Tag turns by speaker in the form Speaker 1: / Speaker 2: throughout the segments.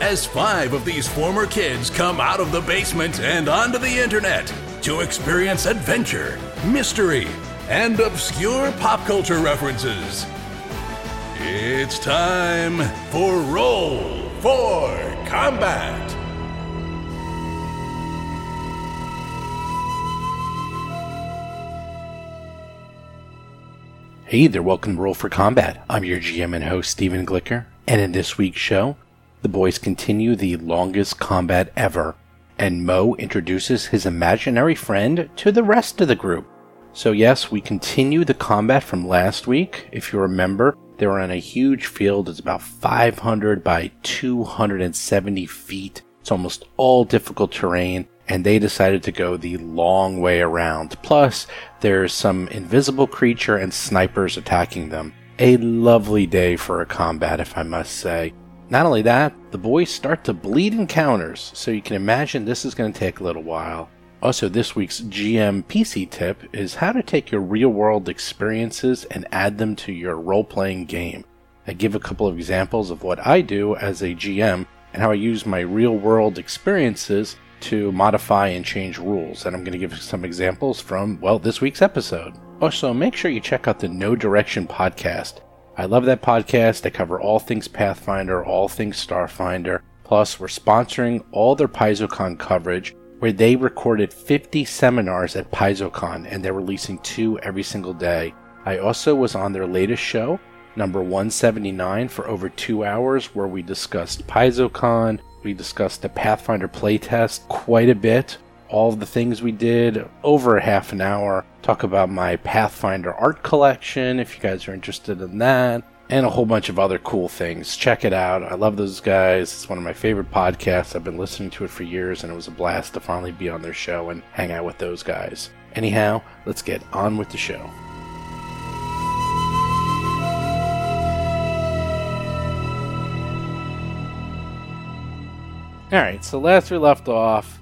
Speaker 1: as five of these former kids come out of the basement and onto the internet to experience adventure, mystery, and obscure pop culture references. It's time for Roll for Combat.
Speaker 2: Hey there, welcome to Roll for Combat. I'm your GM and host, Steven Glicker, and in this week's show, the boys continue the longest combat ever, and Mo introduces his imaginary friend to the rest of the group. So, yes, we continue the combat from last week. If you remember, they were on a huge field. It's about 500 by 270 feet. It's almost all difficult terrain, and they decided to go the long way around. Plus, there's some invisible creature and snipers attacking them. A lovely day for a combat, if I must say. Not only that, the boys start to bleed encounters, so you can imagine this is going to take a little while. Also, this week's GM PC tip is how to take your real world experiences and add them to your role playing game. I give a couple of examples of what I do as a GM and how I use my real world experiences to modify and change rules. And I'm going to give some examples from, well, this week's episode. Also, make sure you check out the No Direction podcast. I love that podcast. They cover all things Pathfinder, all things Starfinder. Plus, we're sponsoring all their PaizoCon coverage, where they recorded 50 seminars at PaizoCon, and they're releasing two every single day. I also was on their latest show, number 179, for over two hours, where we discussed PaizoCon, we discussed the Pathfinder playtest quite a bit, all of the things we did, over half an hour. Talk about my Pathfinder art collection if you guys are interested in that, and a whole bunch of other cool things. Check it out. I love those guys. It's one of my favorite podcasts. I've been listening to it for years, and it was a blast to finally be on their show and hang out with those guys. Anyhow, let's get on with the show. All right, so last we left off,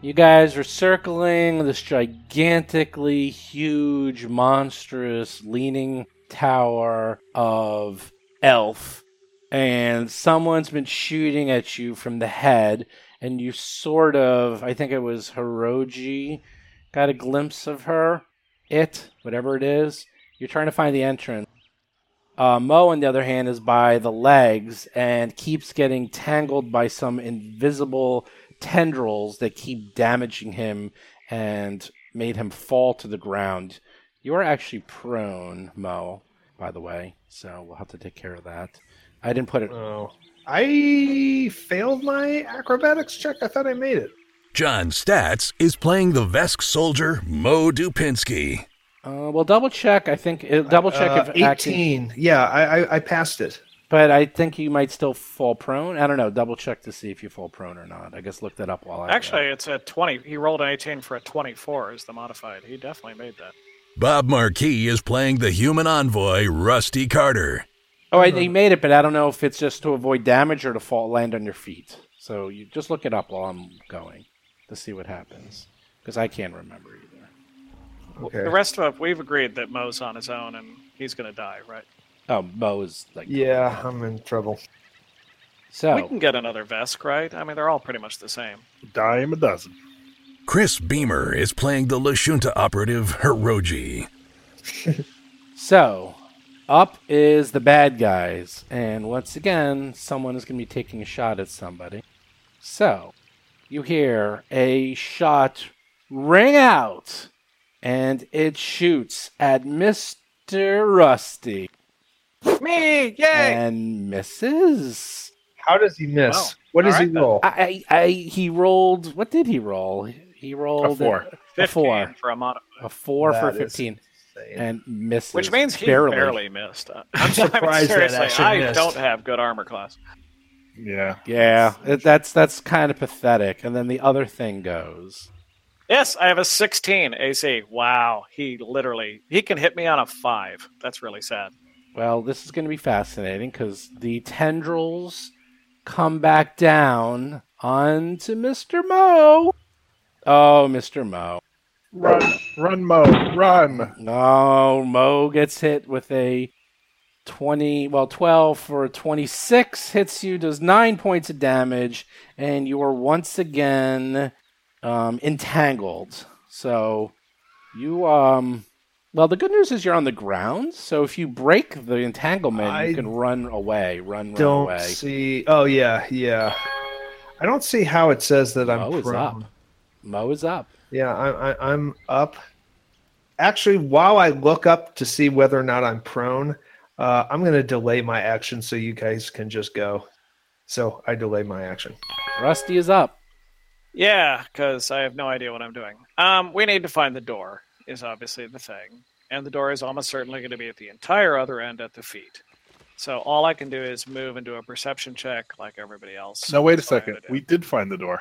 Speaker 2: you guys were circling this gigantically huge, monstrous, leaning tower of elf, and someone's been shooting at you from the head, and you sort of, I think it was Hiroji, got a glimpse of her, it, whatever it is. You're trying to find the entrance. Uh, Mo, on the other hand, is by the legs and keeps getting tangled by some invisible tendrils that keep damaging him and made him fall to the ground. You are actually prone, Mo, by the way, so we'll have to take care of that. I didn't put it.
Speaker 3: Oh. I failed my acrobatics check. I thought I made it.
Speaker 1: John Statz is playing the Vesk soldier Mo Dupinsky.
Speaker 2: Uh, well, double check. I think uh, double check
Speaker 3: Uh,
Speaker 2: if
Speaker 3: 18.
Speaker 2: acting,
Speaker 3: Yeah, I, I, I passed it.
Speaker 2: but I think you might still fall prone. I don't know. Double check to see if you fall prone or not. I guess look that up while I
Speaker 4: Actually, it's a 20. He rolled an 18 for a 24 is the modified. He definitely made that.
Speaker 1: Bob Marquis is playing the human envoy Rusty Carter.
Speaker 2: Oh, I, you made it, but I don't know if it's just to avoid damage or to fall land on your feet. So you just look it up while I'm going to see what happens, because I can't remember either.
Speaker 3: Okay.
Speaker 4: The rest of it, we've agreed that Mo's on his own and he's going to die, right?
Speaker 2: Oh, Bo is like
Speaker 3: yeah, I'm in trouble.
Speaker 2: So
Speaker 4: We
Speaker 3: Oh.
Speaker 4: can get another Vesk, right? I mean, they're all pretty much the same.
Speaker 5: dime a dozen.
Speaker 1: Chris Beamer is playing the Lashunta operative Hiroji.
Speaker 2: so up is the bad guys, and once again, someone is going to be taking a shot at somebody. So you hear a shot ring out, and it shoots at Mister Rusty.
Speaker 3: Me, yay!
Speaker 2: and misses.
Speaker 3: How does he miss?
Speaker 4: Wow.
Speaker 3: What does
Speaker 4: All
Speaker 3: he
Speaker 4: right,
Speaker 3: roll?
Speaker 2: I, I, I, he rolled. What did he roll? He rolled
Speaker 5: four.
Speaker 2: A
Speaker 4: 15
Speaker 2: four.
Speaker 4: for a modified.
Speaker 2: A four for
Speaker 3: That is
Speaker 2: fifteen,
Speaker 3: Insane.
Speaker 2: and misses.
Speaker 4: Which means he barely,
Speaker 2: barely.
Speaker 4: missed. Uh, I'm
Speaker 3: surprised that
Speaker 4: seriously,
Speaker 3: actually
Speaker 4: I
Speaker 3: missed.
Speaker 4: don't have good armor class.
Speaker 3: Yeah.
Speaker 2: Yeah, it, that's that's kind of pathetic. And then the other thing goes.
Speaker 4: Yes, I have a 16 AC. Wow, he literally he can hit me on a five. That's really sad.
Speaker 2: Well, this is going to be fascinating because the tendrils come back down onto Mr. Mo. Oh, Mr. Mo.
Speaker 3: Run, run, Mo, run.
Speaker 2: No, Mo gets hit with a 20, well, 12 for 26 hits you, does 9 points of damage, and you are once again um, entangled. So you, um, well, the good news is you're on the ground, so if you break the entanglement,
Speaker 3: I
Speaker 2: you can run away, run, run
Speaker 3: Don't
Speaker 2: away.
Speaker 3: see. Oh yeah, yeah. I don't see how it says that I'm
Speaker 2: Mo is
Speaker 3: prone.
Speaker 2: up. Mo is up.
Speaker 3: Yeah, I, I, I'm up. Actually, while I look up to see whether or not I'm prone, uh, I'm going to delay my action so you guys can just go. So I delay my action.
Speaker 2: Rusty is up.
Speaker 4: Yeah, because I have no idea what I'm doing. Um, we need to find the door. Is obviously the thing, and the door is almost certainly going to be at the entire other end at the feet. So all I can do is move and do a perception check like everybody else.
Speaker 5: Now wait a
Speaker 4: That's all I
Speaker 5: second.
Speaker 4: gotta do.
Speaker 5: We did find the door.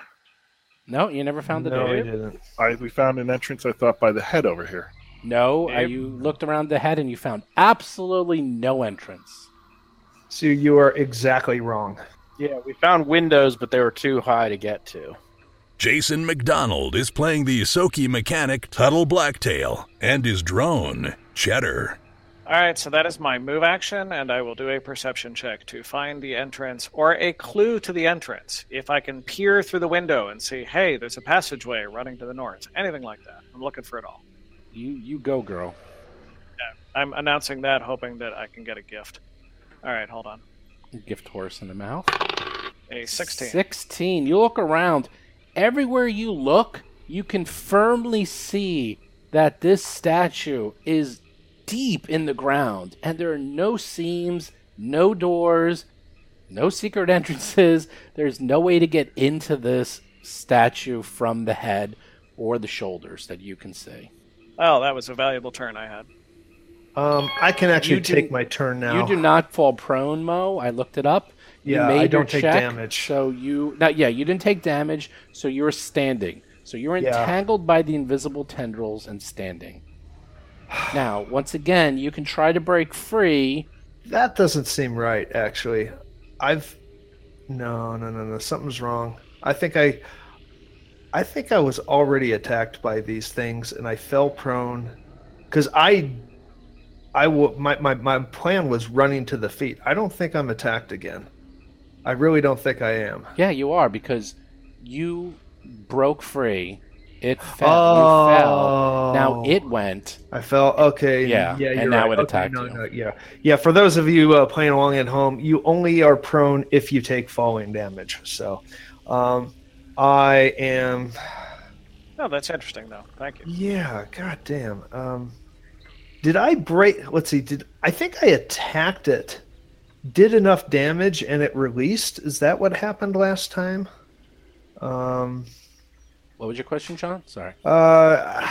Speaker 2: No, you never found the
Speaker 3: no,
Speaker 2: door.
Speaker 3: I didn't.
Speaker 5: I we found an entrance. I thought by the head over here.
Speaker 2: No, uh,
Speaker 4: Yep.
Speaker 2: you looked around the head and you found absolutely no entrance.
Speaker 3: So you are exactly wrong.
Speaker 6: Yeah, we found windows, but they were too high to get to.
Speaker 1: Jason McDonald is playing the Yosoki mechanic Tuttle Blacktail and his drone, Cheddar.
Speaker 4: All right, so that is my move action, and I will do a perception check to find the entrance or a clue to the entrance. If I can peer through the window and see, hey, there's a passageway running to the north, anything like that. I'm looking for it all.
Speaker 2: You you go, girl.
Speaker 4: I'm announcing that, hoping that I can get a gift. All right, hold on.
Speaker 2: Gift horse in the mouth.
Speaker 4: A 16.
Speaker 2: 16. You look around. Everywhere you look, you can firmly see that this statue is deep in the ground, and there are no seams, no doors, no secret entrances. There's no way to get into this statue from the head or the shoulders that you can see.
Speaker 4: Oh, that was a valuable turn I had.
Speaker 3: Um, I can actually
Speaker 2: You do-
Speaker 3: take my turn now.
Speaker 2: You do not fall prone, Mo. I looked it up. You
Speaker 3: Yeah, I
Speaker 2: made your
Speaker 3: don't take
Speaker 2: check,
Speaker 3: damage.
Speaker 2: So you now, yeah, you didn't take damage. So you're standing. So you're
Speaker 3: Yeah.
Speaker 2: entangled by the invisible tendrils and standing. Now, once again, you can try to break free.
Speaker 3: That doesn't seem right, actually. I've no, no, no, no. Something's wrong. I think I, I think I was already attacked by these things, and I fell prone, because I, I will. My, my my plan was running to the feet. I don't think I'm attacked again. I really don't think I am.
Speaker 2: Yeah, you are because you broke free. It fell. You fell. Now
Speaker 3: Oh.
Speaker 2: it went.
Speaker 3: I fell. Okay.
Speaker 2: Yeah,
Speaker 3: Yeah.
Speaker 2: and
Speaker 3: You're
Speaker 2: now
Speaker 3: right.
Speaker 2: it
Speaker 3: okay,
Speaker 2: attacked
Speaker 3: no,
Speaker 2: you.
Speaker 3: no, yeah. Yeah. For those of you uh, playing along at home, you only are prone if you take falling damage. So, um, I am.
Speaker 4: No, Oh, that's interesting, though. Thank you.
Speaker 3: Yeah. God damn. Um, did I break? Let's see. Did I think I attacked it? Did enough damage and it released? Is that what happened last time? Um.
Speaker 2: What was your question, Sean? Sorry.
Speaker 3: Uh,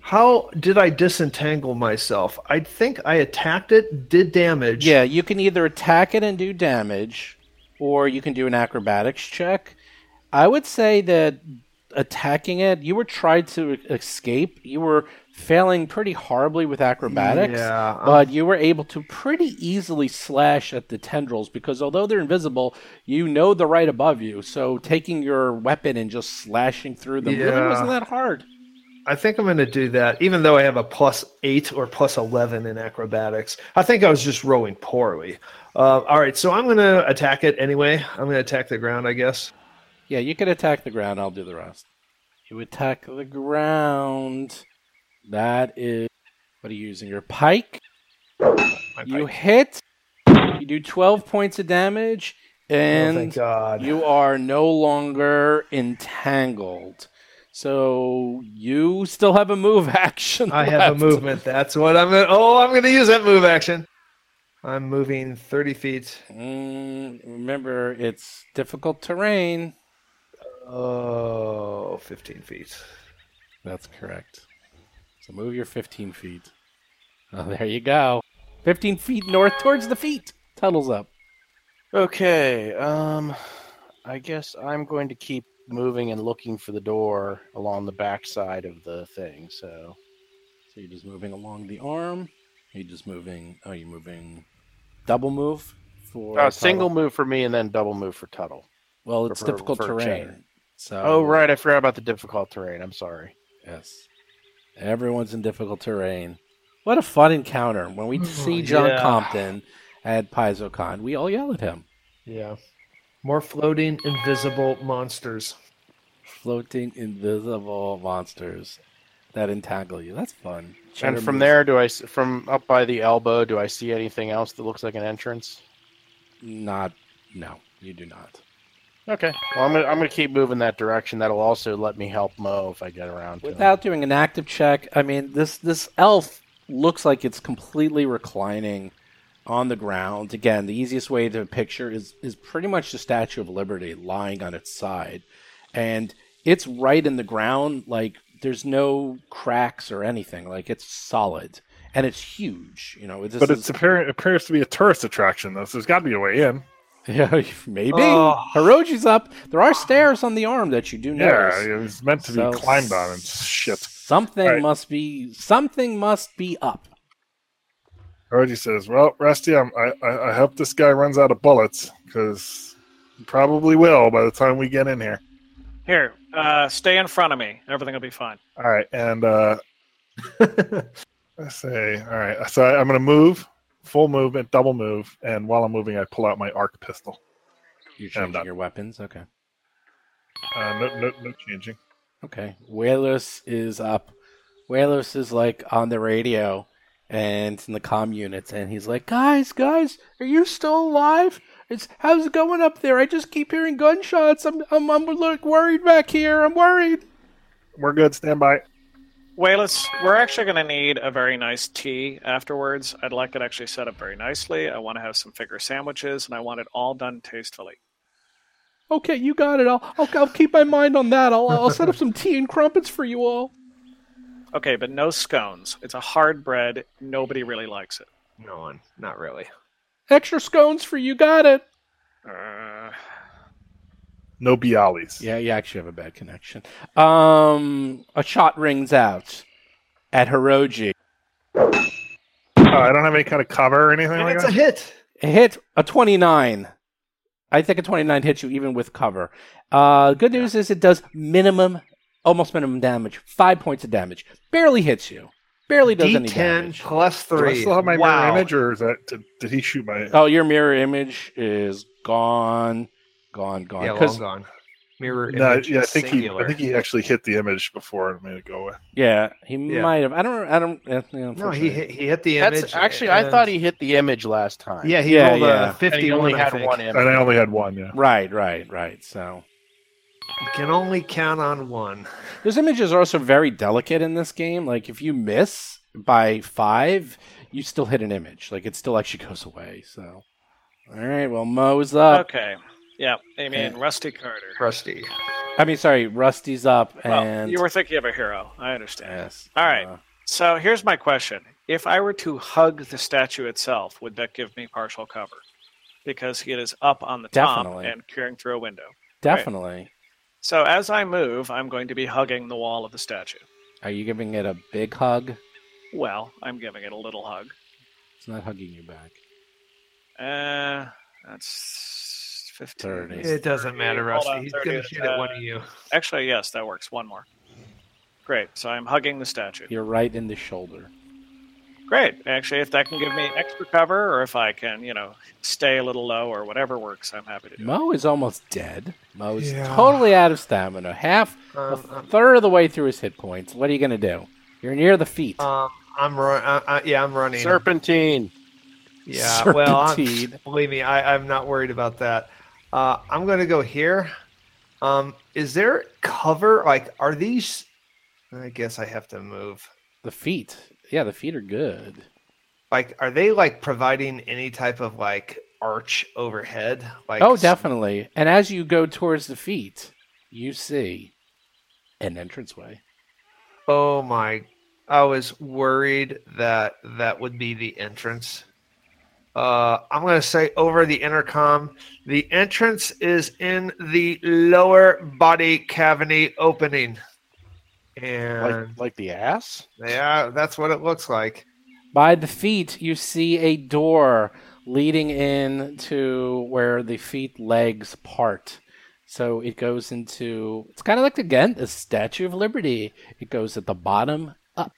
Speaker 3: how did I disentangle myself? I think I attacked it, did damage.
Speaker 2: Yeah, you can either attack it and do damage, or you can do an acrobatics check. I would say that attacking it, you were trying to e-, escape. You were failing pretty horribly with acrobatics,
Speaker 3: Yeah, um, I'm-
Speaker 2: but you were able to pretty easily slash at the tendrils because although they're invisible, you know they're right above you. So taking your weapon and just slashing through them really
Speaker 3: Yeah.
Speaker 2: wasn't that hard.
Speaker 3: I think I'm going to do that, even though I have a plus eight or plus 11 in acrobatics. I think I was just rolling poorly. Uh, all right, so I'm going to attack it anyway. I'm going to attack the ground, I guess. Oh,
Speaker 2: Yeah, you can attack the ground. I'll do the rest. You attack the ground. That is. What are you using? Your pike?
Speaker 3: My
Speaker 2: You
Speaker 3: pike.
Speaker 2: hit. You do 12 points of damage,
Speaker 3: oh,
Speaker 2: and
Speaker 3: thank God.
Speaker 2: you are no longer entangled. So you still have a move action.
Speaker 3: I have
Speaker 2: left.
Speaker 3: a movement. That's what I'm going to. Oh, I'm going to use that move action. I'm moving 30 feet.
Speaker 2: Mm, remember, it's difficult terrain.
Speaker 3: Oh, 15 feet.
Speaker 2: That's correct. So move your 15 feet. Oh, there you go. 15 feet north towards the feet. Tunnels up.
Speaker 6: Okay. Um, I guess I'm going to keep moving and looking for the door along the back side of the thing. So
Speaker 2: So you're just moving along the arm. You're just moving. Oh, you're moving. Double move for
Speaker 6: uh,
Speaker 2: Tuttle?
Speaker 6: single move for me and then double move for Tuttle.
Speaker 2: Well, it's
Speaker 6: for-
Speaker 2: difficult
Speaker 6: for
Speaker 2: terrain.
Speaker 6: Jen.
Speaker 2: So
Speaker 6: Oh, right. I forgot about the difficult terrain. I'm sorry.
Speaker 2: Yes. Everyone's in difficult terrain. What a fun encounter. When we see John
Speaker 6: yeah.
Speaker 2: Compton at PaizoCon, we all yell at him.
Speaker 3: Yeah. More floating, invisible monsters.
Speaker 2: Floating invisible monsters that entangle you. That's fun. Cheddar
Speaker 6: and from
Speaker 2: moves-
Speaker 6: there, do I s- from up by the elbow? Do I see anything else that looks like an entrance?
Speaker 2: Not. No, you do not.
Speaker 6: Okay. Well, I'm gonna I'm gonna keep moving that direction. That'll also let me help Mo if I get around to him.
Speaker 2: Without doing an active check, I mean this this elf looks like it's completely reclining on the ground. Again, the easiest way to picture is is pretty much the Statue of Liberty lying on its side, and it's right in the ground. Like there's no cracks or anything. Like it's solid and it's huge. You know, this
Speaker 5: but
Speaker 2: is,
Speaker 5: it's appear- appears to be a tourist attraction, though, so there's got to be a way in.
Speaker 2: yeah, maybe
Speaker 3: Oh.
Speaker 2: Hiroji's up. There are stairs on the arm that you do
Speaker 5: Yeah,
Speaker 2: notice.
Speaker 5: it was meant to be
Speaker 2: So
Speaker 5: climbed on and shit.
Speaker 2: Something
Speaker 5: All right.
Speaker 2: must be something must be up.
Speaker 5: Hardy says, "Well, Rusty, I'm, I, I I hope this guy runs out of bullets because he probably will by the time we get in here."
Speaker 4: Here, uh, stay in front of me. Everything will be fine.
Speaker 5: All right, and uh, I say, "All right." So I, I'm going to move, full movement, double move, and while I'm moving, I pull out my arc pistol.
Speaker 2: You're
Speaker 5: I'm
Speaker 2: changing
Speaker 5: done.
Speaker 2: your weapons. Okay.
Speaker 5: Uh, no, no, no changing.
Speaker 2: Okay. Whalos is up. Whalos is like on the radio and it's in the comm units, and he's like, "Guys, guys, are you still alive? It's how's it going up there? I just keep hearing gunshots. I'm I'm I'm like worried back here. I'm worried."
Speaker 5: We're good. Stand by.
Speaker 4: Wayless, we're actually going to need a very nice tea afterwards. I'd like it actually set up very nicely. I want to have some figure sandwiches, and I want it all done tastefully.
Speaker 2: Okay, you got it. I'll I'll, I'll keep my mind on that. I'll I'll set up some tea and crumpets for you all.
Speaker 4: Okay, but no scones. It's a hard bread. Nobody really likes it.
Speaker 3: No one. Not really.
Speaker 2: Extra scones for you. Got it.
Speaker 4: Uh,
Speaker 5: No bialys.
Speaker 2: Yeah, you actually have a bad connection. Um, a shot rings out at Hiroji.
Speaker 5: Oh, I don't have any kind of cover or anything like
Speaker 3: it's a
Speaker 5: that.
Speaker 3: hit.
Speaker 2: It hit a 29. I think a 29 hits you even with cover. Uh, good news is it does minimum, almost minimum damage, five points of damage. Barely hits you. Barely does any
Speaker 3: D10
Speaker 2: damage.
Speaker 3: plus
Speaker 5: Do I
Speaker 3: three.
Speaker 5: still have my
Speaker 3: wow.
Speaker 5: mirror image, or is that did, did he shoot my?
Speaker 2: Oh, your mirror image is gone, gone, gone.
Speaker 3: Yeah,
Speaker 2: 'Cause-
Speaker 3: long gone. Mirror
Speaker 5: No,
Speaker 3: Oh, image.
Speaker 5: yeah, I think
Speaker 3: singular.
Speaker 5: he. I think he actually hit the image before it made it go away.
Speaker 2: yeah, he
Speaker 3: Yeah.
Speaker 2: might have. I don't. I don't. eh, yeah,
Speaker 3: no, he
Speaker 2: unfortunately.
Speaker 3: hit, he hit the image.
Speaker 6: That's actually I
Speaker 3: and-
Speaker 6: thought he hit the image last time.
Speaker 3: Yeah, he
Speaker 2: Yeah,
Speaker 3: rolled
Speaker 2: yeah.
Speaker 3: a
Speaker 6: And he
Speaker 3: 51.
Speaker 6: only
Speaker 3: I
Speaker 6: had
Speaker 3: think.
Speaker 6: one
Speaker 5: And
Speaker 6: image.
Speaker 5: I only had one. Yeah.
Speaker 2: Right, right, right. So
Speaker 3: You can only count on one.
Speaker 2: those images are also very delicate in this game. Like if you miss by five, you still hit an image. Like it still actually goes away. So, all right. Well, Mo's up.
Speaker 4: okay. Yeah, I mean, Rusty Carter.
Speaker 3: Rusty.
Speaker 2: I mean, sorry, Rusty's up.
Speaker 4: Uh, Well,
Speaker 2: and
Speaker 4: you were thinking of a hero. I understand.
Speaker 2: yes.
Speaker 4: All right.
Speaker 2: Uh,
Speaker 4: So here's my question. If I were to hug the statue itself, would that give me partial cover? Because it is up on the
Speaker 2: Definitely.
Speaker 4: top and peering through a window.
Speaker 2: definitely.
Speaker 4: So as I move, I'm going to be hugging the wall of the statue.
Speaker 2: Are you giving it a big hug?
Speaker 4: Well, I'm giving it a little hug.
Speaker 2: It's not hugging you back.
Speaker 4: Uh, that's 15.
Speaker 2: Thirty.
Speaker 3: It doesn't matter,
Speaker 4: Hold
Speaker 3: Rusty.
Speaker 4: on,
Speaker 3: He's
Speaker 4: 30
Speaker 3: going to
Speaker 4: is,
Speaker 3: shoot at
Speaker 4: uh,
Speaker 3: one of you.
Speaker 4: Actually, yes, that works. One more. Great. So I'm hugging the statue.
Speaker 2: You're right in the shoulder.
Speaker 4: Great. Actually, if that can give me extra cover or if I can, you know, stay a little low or whatever works, I'm happy to do it.
Speaker 2: Mo is almost dead. Mo is
Speaker 3: Yeah.
Speaker 2: totally out of stamina. Half,
Speaker 3: Um,
Speaker 2: a
Speaker 3: um,
Speaker 2: third of the way through his hit points. What are you gonna do? You're near the feet.
Speaker 3: um, I'm run. Uh, uh, yeah, I'm running.
Speaker 6: Serpentine.
Speaker 3: Yeah, well, I'm,
Speaker 2: Serpentine.
Speaker 3: believe me, I, I'm not worried about that. Uh, I'm going to go here. Um, is there cover? Like, are these? I guess I have to move.
Speaker 2: the feet. Yeah, the feet are good.
Speaker 3: Like, are they like providing any type of like arch overhead? Like,
Speaker 2: Oh,
Speaker 3: s-
Speaker 2: definitely. And as you go towards the feet, you see an entranceway.
Speaker 3: Oh my! I was worried that that would be the entrance. Uh, I'm going to say over the intercom the entrance is in the lower body cavity opening.
Speaker 6: Like,
Speaker 3: And
Speaker 6: like the ass?
Speaker 3: yeah, that's what it looks like.
Speaker 2: By the feet, you see a door leading in to where the feet legs part. So it goes into. It's kind of like again the Statue of Liberty. It goes at the bottom. Up.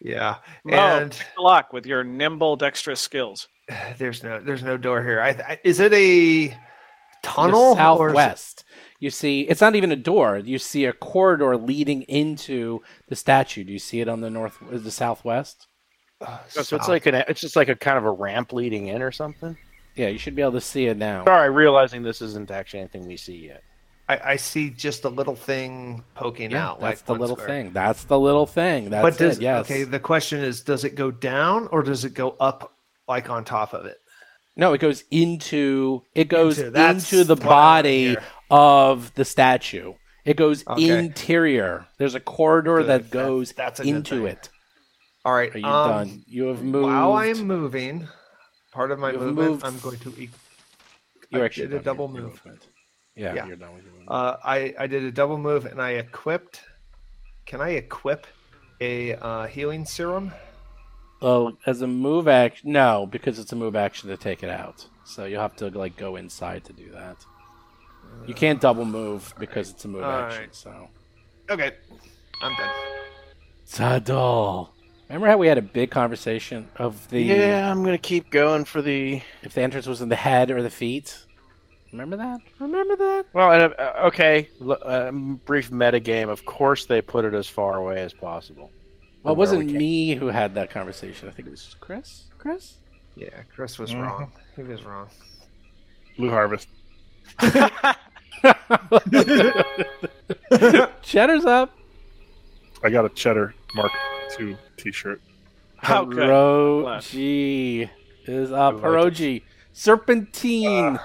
Speaker 3: Yeah.
Speaker 4: Mo,
Speaker 3: And
Speaker 4: pick the lock with your nimble, dexterous skills.
Speaker 3: there's no there's no door here. I, I, is it a
Speaker 2: to the
Speaker 3: tunnel or is it-
Speaker 2: southwest. You see, it's not even a door. You see a corridor leading into the statue. Do you see it on the north, the southwest?
Speaker 3: Uh,
Speaker 6: So it's
Speaker 3: south.
Speaker 6: like an it's just like a kind of a ramp leading in or something.
Speaker 2: Yeah, you should be able to see it now.
Speaker 6: Sorry, realizing this isn't actually anything we see yet.
Speaker 3: I, I see just a little thing poking
Speaker 2: Yeah,
Speaker 3: out.
Speaker 2: that's
Speaker 3: like
Speaker 2: the
Speaker 3: one
Speaker 2: little
Speaker 3: square.
Speaker 2: thing. That's the little thing. That's
Speaker 3: but does
Speaker 2: it. Yes.
Speaker 3: okay. The question is, does it go down or does it go up, like on top of it?
Speaker 2: No, it goes into it goes
Speaker 3: Into-
Speaker 2: into,
Speaker 3: that's
Speaker 2: the
Speaker 3: what I wanna
Speaker 2: body
Speaker 3: hear.
Speaker 2: of the statue. It goes
Speaker 3: Okay.
Speaker 2: interior. There's a corridor
Speaker 3: Good.
Speaker 2: that
Speaker 3: That-
Speaker 2: goes
Speaker 3: that's a good
Speaker 2: into
Speaker 3: thing.
Speaker 2: it.
Speaker 3: All right.
Speaker 2: Are you
Speaker 3: um,
Speaker 2: done? You have moved.
Speaker 3: While I'm moving, part of my
Speaker 2: You've
Speaker 3: movement,
Speaker 2: moved.
Speaker 3: I'm going to. e-
Speaker 2: You're
Speaker 3: I
Speaker 2: actually
Speaker 3: did a
Speaker 2: done with
Speaker 3: double
Speaker 2: your
Speaker 3: move.
Speaker 2: movement. Yeah,
Speaker 3: Yeah.
Speaker 2: you're done with your movement.
Speaker 3: Uh, I I did a double move and I equipped. Can I equip a uh, healing serum?
Speaker 2: Oh, as a move action? No, because it's a move action to take it out. So you'll have to like go inside to do that. You can't double move because it's a move
Speaker 3: All
Speaker 2: action.
Speaker 3: right.
Speaker 2: So
Speaker 3: Okay, I'm done.
Speaker 2: Zadol. Remember how we had a big conversation of the
Speaker 6: Yeah, I'm gonna keep going for the.
Speaker 2: if the entrance was in the head or the feet? Remember that? Remember that?
Speaker 6: Well, and, uh, okay, l- uh, brief metagame. Of course, they put it as far away as possible.
Speaker 2: Well, it
Speaker 6: From where we
Speaker 2: wasn't
Speaker 6: came.
Speaker 2: me who had that conversation. I think it was Chris. Chris.
Speaker 3: Yeah, Chris was
Speaker 2: Mm-hmm.
Speaker 5: Mhm.
Speaker 3: wrong. He was wrong.
Speaker 5: Blue Harvest.
Speaker 2: Cheddar's up.
Speaker 5: I got a Cheddar Mark II T-shirt.
Speaker 4: How good.
Speaker 2: Hiroji is up.
Speaker 6: I like it.
Speaker 2: Hiroji. Serpentine.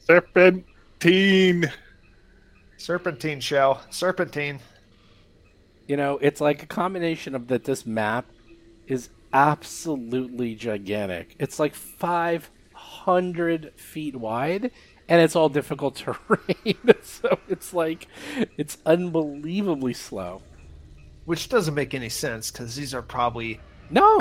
Speaker 5: Serpentine.
Speaker 3: Serpentine shell. Serpentine.
Speaker 2: You know, it's like a combination of that this map is absolutely gigantic. It's like 500 feet wide and it's all difficult terrain. so it's like it's unbelievably slow.
Speaker 3: Which doesn't make any sense because these are probably
Speaker 2: No.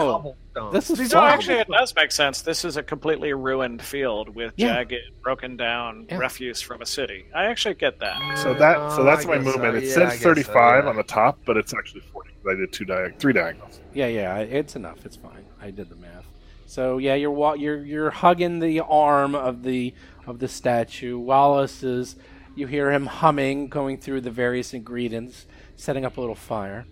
Speaker 3: cobblestones.
Speaker 2: This is
Speaker 3: these
Speaker 4: So
Speaker 2: Wow.
Speaker 4: actually, it does make sense. This is a completely ruined field with
Speaker 2: Yeah.
Speaker 4: jagged, broken down
Speaker 2: Yeah.
Speaker 4: refuse from a city. I actually get that.
Speaker 5: So that so
Speaker 3: Oh,
Speaker 5: that's
Speaker 3: I
Speaker 5: my
Speaker 3: guess so.
Speaker 5: movement. It
Speaker 3: Yeah, I
Speaker 5: says
Speaker 3: guess so,
Speaker 5: 35
Speaker 3: yeah.
Speaker 5: on the top, but it's actually 40 because I did two diag- three diagonals.
Speaker 2: Yeah, yeah, it's enough. It's fine. I did the math. So yeah, you're wa- you're you're hugging the arm of the of the statue. Wallace is. You hear him humming, going through the various ingredients, setting up a little fire.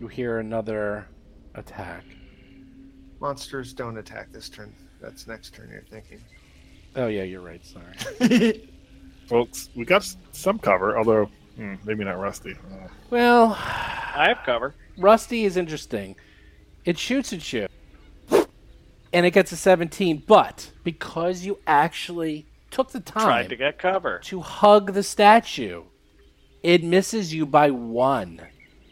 Speaker 2: You hear another attack.
Speaker 3: monsters don't attack this turn. That's next turn. You're thinking.
Speaker 2: Oh yeah, you're right. Sorry.
Speaker 5: Well, it's- we got s- some cover, although hmm, maybe not rusty. Uh,
Speaker 2: Well,
Speaker 4: I have cover.
Speaker 2: Rusty is interesting. It shoots at you, and it gets a 17. But because you actually took the time
Speaker 4: Tried to get cover.
Speaker 2: to hug the statue. It misses you by one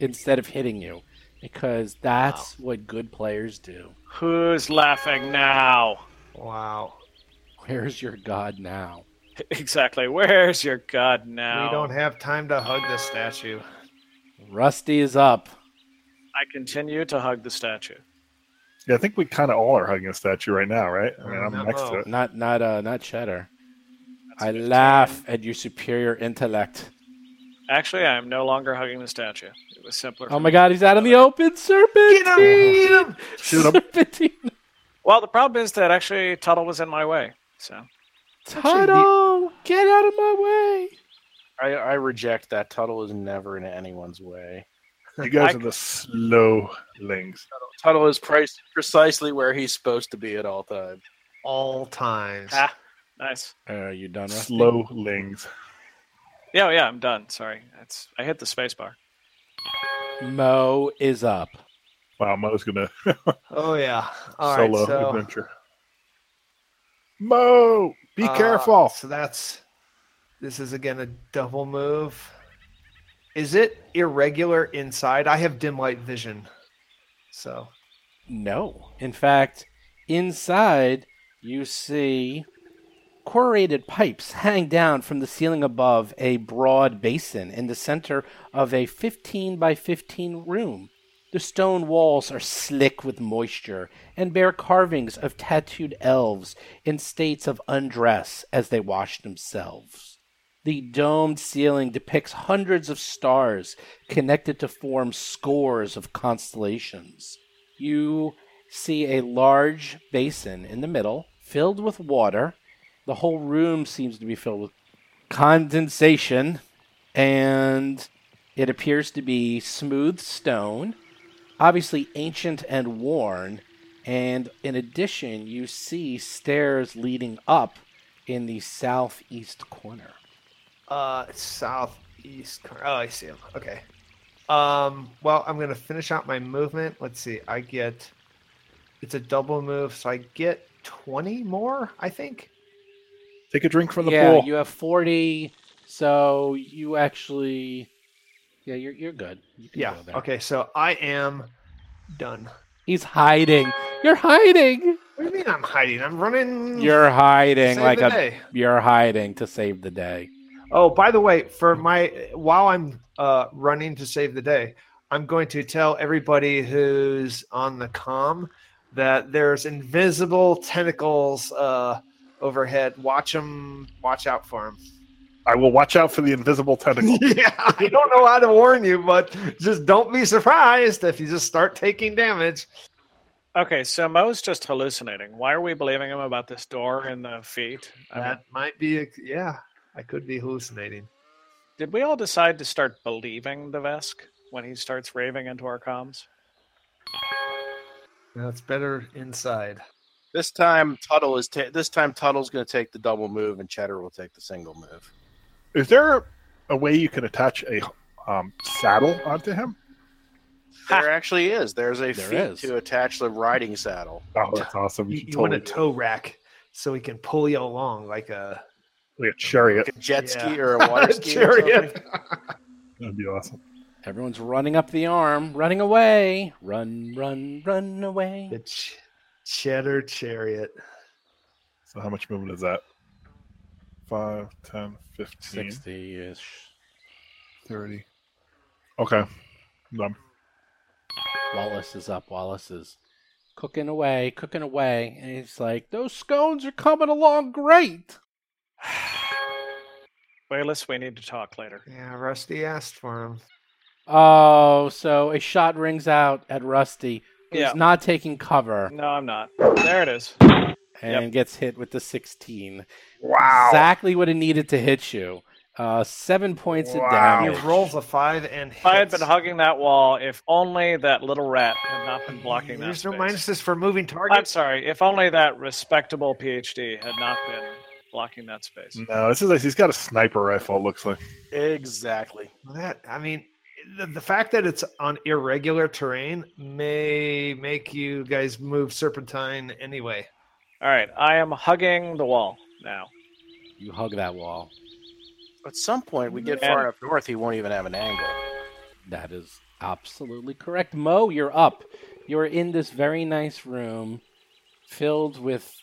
Speaker 2: instead of hitting you because that's what good players do.
Speaker 4: Who's laughing now?
Speaker 3: Wow.
Speaker 2: Where's your god now?
Speaker 4: Exactly. Where's your god now?
Speaker 3: We don't have time to hug the statue.
Speaker 2: Rusty is up.
Speaker 4: I continue to hug the statue.
Speaker 5: yeah, I think we kind of all are hugging a statue right now, right? I mean,
Speaker 3: Uh,
Speaker 5: I'm
Speaker 3: not
Speaker 5: next
Speaker 3: Mo.
Speaker 5: to it.
Speaker 2: Not not uh not cheddar.
Speaker 4: That's
Speaker 2: I
Speaker 4: good.
Speaker 2: laugh at your superior intellect.
Speaker 4: Actually, I am no longer hugging the statue. It was simpler.
Speaker 2: Oh my god, he's out in the open serpentine.
Speaker 5: Shoot him.
Speaker 2: Serpentine.
Speaker 4: Well, the problem is that actually Tuttle was in my way. So
Speaker 2: Toto, get out of my way.
Speaker 6: I, I reject that. Tuttle is never in anyone's way.
Speaker 5: You guys
Speaker 4: I-
Speaker 5: are the slow lings.
Speaker 6: Tuttle is priced precisely where he's supposed to be at all times.
Speaker 3: All times.
Speaker 4: Ah. nice.
Speaker 2: Are you done, Rusty?
Speaker 5: Slow lings.
Speaker 4: Yeah, oh, yeah, I'm done. Sorry, it's I hit the space bar.
Speaker 2: Mo is up.
Speaker 5: Wow, Mo's gonna
Speaker 3: Oh yeah. All right.
Speaker 5: solo
Speaker 3: so,
Speaker 5: adventure. Mo, be
Speaker 3: uh,
Speaker 5: careful.
Speaker 3: So that's. This is again a double move. Is it irregular inside? I have dim light vision, so
Speaker 2: No. In fact, inside you see corrugated pipes hang down from the ceiling above a broad basin in the center of a 15 by 15 room. The stone walls are slick with moisture and bear carvings of tattooed elves in states of undress as they wash themselves. The domed ceiling depicts hundreds of stars connected to form scores of constellations you see a large basin in the middle filled with water. The whole room seems to be filled with condensation, and it appears to be smooth stone, obviously ancient and worn. And in addition, you see stairs leading up in the southeast corner.
Speaker 3: Uh, southeast. cor- Oh, I see him. Okay. Um. Well, I'm gonna finish out my movement. Let's see. I get. It's a double move, so I get 20 more. I think.
Speaker 5: Take a drink from the
Speaker 2: yeah,
Speaker 5: pool.
Speaker 2: you have 40, so you actually. Yeah, you're, you're good. You can
Speaker 3: Yeah.
Speaker 2: go there.
Speaker 3: Okay. So I am done.
Speaker 2: He's hiding. You're hiding.
Speaker 3: What do you mean I'm hiding? I'm running.
Speaker 2: You're hiding
Speaker 3: Save
Speaker 2: like
Speaker 3: the
Speaker 2: a.
Speaker 3: day.
Speaker 2: You're hiding to save the day.
Speaker 3: Oh, by the way, for my while I'm uh, running to save the day, I'm going to tell everybody who's on the comm that there's invisible tentacles uh, overhead. Watch them. Watch out for them.
Speaker 5: I will watch out for the invisible tentacle.
Speaker 3: yeah, I don't know how to warn you, but just don't be surprised if you just start taking damage.
Speaker 4: Okay, so Mo's just hallucinating. Why are we believing him about this door and the feet? I mean,
Speaker 3: That might be. A, yeah, I could be hallucinating.
Speaker 4: did we all decide to start believing the Vesk when he starts raving into our comms?
Speaker 3: That's better inside.
Speaker 6: This time Tuttle is ta- this time Tuttle's going to take the double move and Cheddar will take the single move.
Speaker 5: Is there a way you can attach a um, saddle onto him?
Speaker 6: There actually is. There's a
Speaker 2: There
Speaker 6: feat
Speaker 2: is.
Speaker 6: to attach the riding saddle.
Speaker 5: Oh, that's awesome.
Speaker 3: You,
Speaker 5: can
Speaker 3: you want a
Speaker 5: totally-
Speaker 3: tow rack so we can pull you along like a.
Speaker 5: like a chariot.
Speaker 6: Like a jet ski
Speaker 3: Yeah.
Speaker 6: or a water ski. or
Speaker 3: Chariot.
Speaker 6: something.
Speaker 5: That'd be awesome.
Speaker 2: Everyone's running up the arm, running away. Run, run, run away.
Speaker 3: The ch- cheddar chariot.
Speaker 5: So how much movement is that? 5, 10, 15,
Speaker 2: 60 ish.
Speaker 5: 30. Okay. Done.
Speaker 2: Wallace is up. Wallace is cooking away, cooking away. And he's like, Those scones are coming along great.
Speaker 4: Wayless, we need to talk later.
Speaker 3: Yeah, Rusty asked for him.
Speaker 2: Oh, so a shot rings out at Rusty, who's
Speaker 4: Yeah.
Speaker 2: not taking cover
Speaker 4: No, I'm not. There it is.
Speaker 2: and gets hit with the 16.
Speaker 5: Wow.
Speaker 2: Exactly what it needed to hit you. Uh, seven points
Speaker 5: Wow.
Speaker 2: of
Speaker 3: He
Speaker 2: damage.
Speaker 3: rolls a five and hits.
Speaker 4: If I had been hugging that wall, if only that little rat had not been blocking that.
Speaker 3: There's no
Speaker 4: space.
Speaker 3: minuses for moving
Speaker 4: I'm
Speaker 3: targets.
Speaker 4: sorry. If only that respectable PhD had not been blocking that space.
Speaker 5: No, this is like, he's got a sniper rifle, it looks like.
Speaker 6: Exactly.
Speaker 3: That I mean, the, the fact that it's on irregular terrain may make you guys move serpentine anyway.
Speaker 4: All right, I am hugging the wall now.
Speaker 2: You hug that wall.
Speaker 6: At some point, we get
Speaker 4: Yeah.
Speaker 6: far enough north, he won't even have an angle.
Speaker 2: That is absolutely correct. Mo, you're up. You're in this very nice room filled with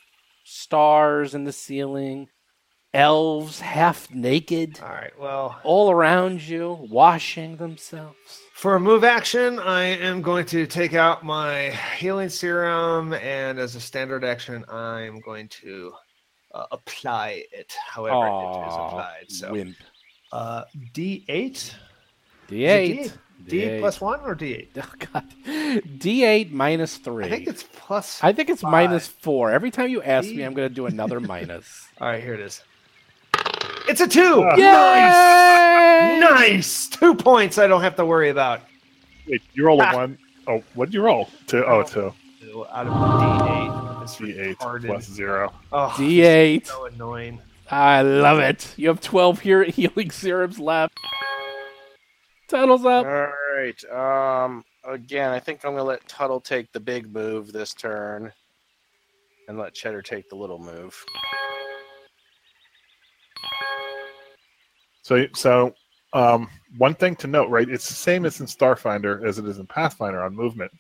Speaker 2: stars in the ceiling, elves half naked
Speaker 3: All right. Well,
Speaker 2: all around you, washing themselves.
Speaker 3: for a move action, I am going to take out my healing serum, and as a standard action, I'm going to uh, apply it. However, it is
Speaker 2: Aw,
Speaker 3: applied. So
Speaker 2: wimp.
Speaker 3: uh, D8.
Speaker 2: D8.
Speaker 3: Is it D8 plus one or D8?
Speaker 2: Oh, God. D8 minus 3.
Speaker 3: I think it's plus.
Speaker 2: I think it's
Speaker 3: five.
Speaker 2: minus 4. Every time you ask me,
Speaker 3: D-
Speaker 2: I'm going to do another minus.
Speaker 3: All right, here it is. It's a two.
Speaker 5: Ah.
Speaker 2: Yay!
Speaker 3: Nice. Two points. I don't have to worry about.
Speaker 5: Wait, you roll
Speaker 3: Ah.
Speaker 5: a 1. Oh, what did you roll? Two. Oh, two.
Speaker 3: Two out of D8. That's
Speaker 5: D8
Speaker 3: retarded.
Speaker 5: plus 0.
Speaker 3: Oh,
Speaker 2: D8.
Speaker 3: so annoying.
Speaker 2: I love it. You have 12 here healing serums left. Tuttle's up.
Speaker 6: All right. Um. Again, I think I'm gonna let Tuttle take the big move this turn, and let Cheddar take the little move.
Speaker 5: So, so um, one thing to note, right? It's the same as in Starfinder as it is in Pathfinder on movement.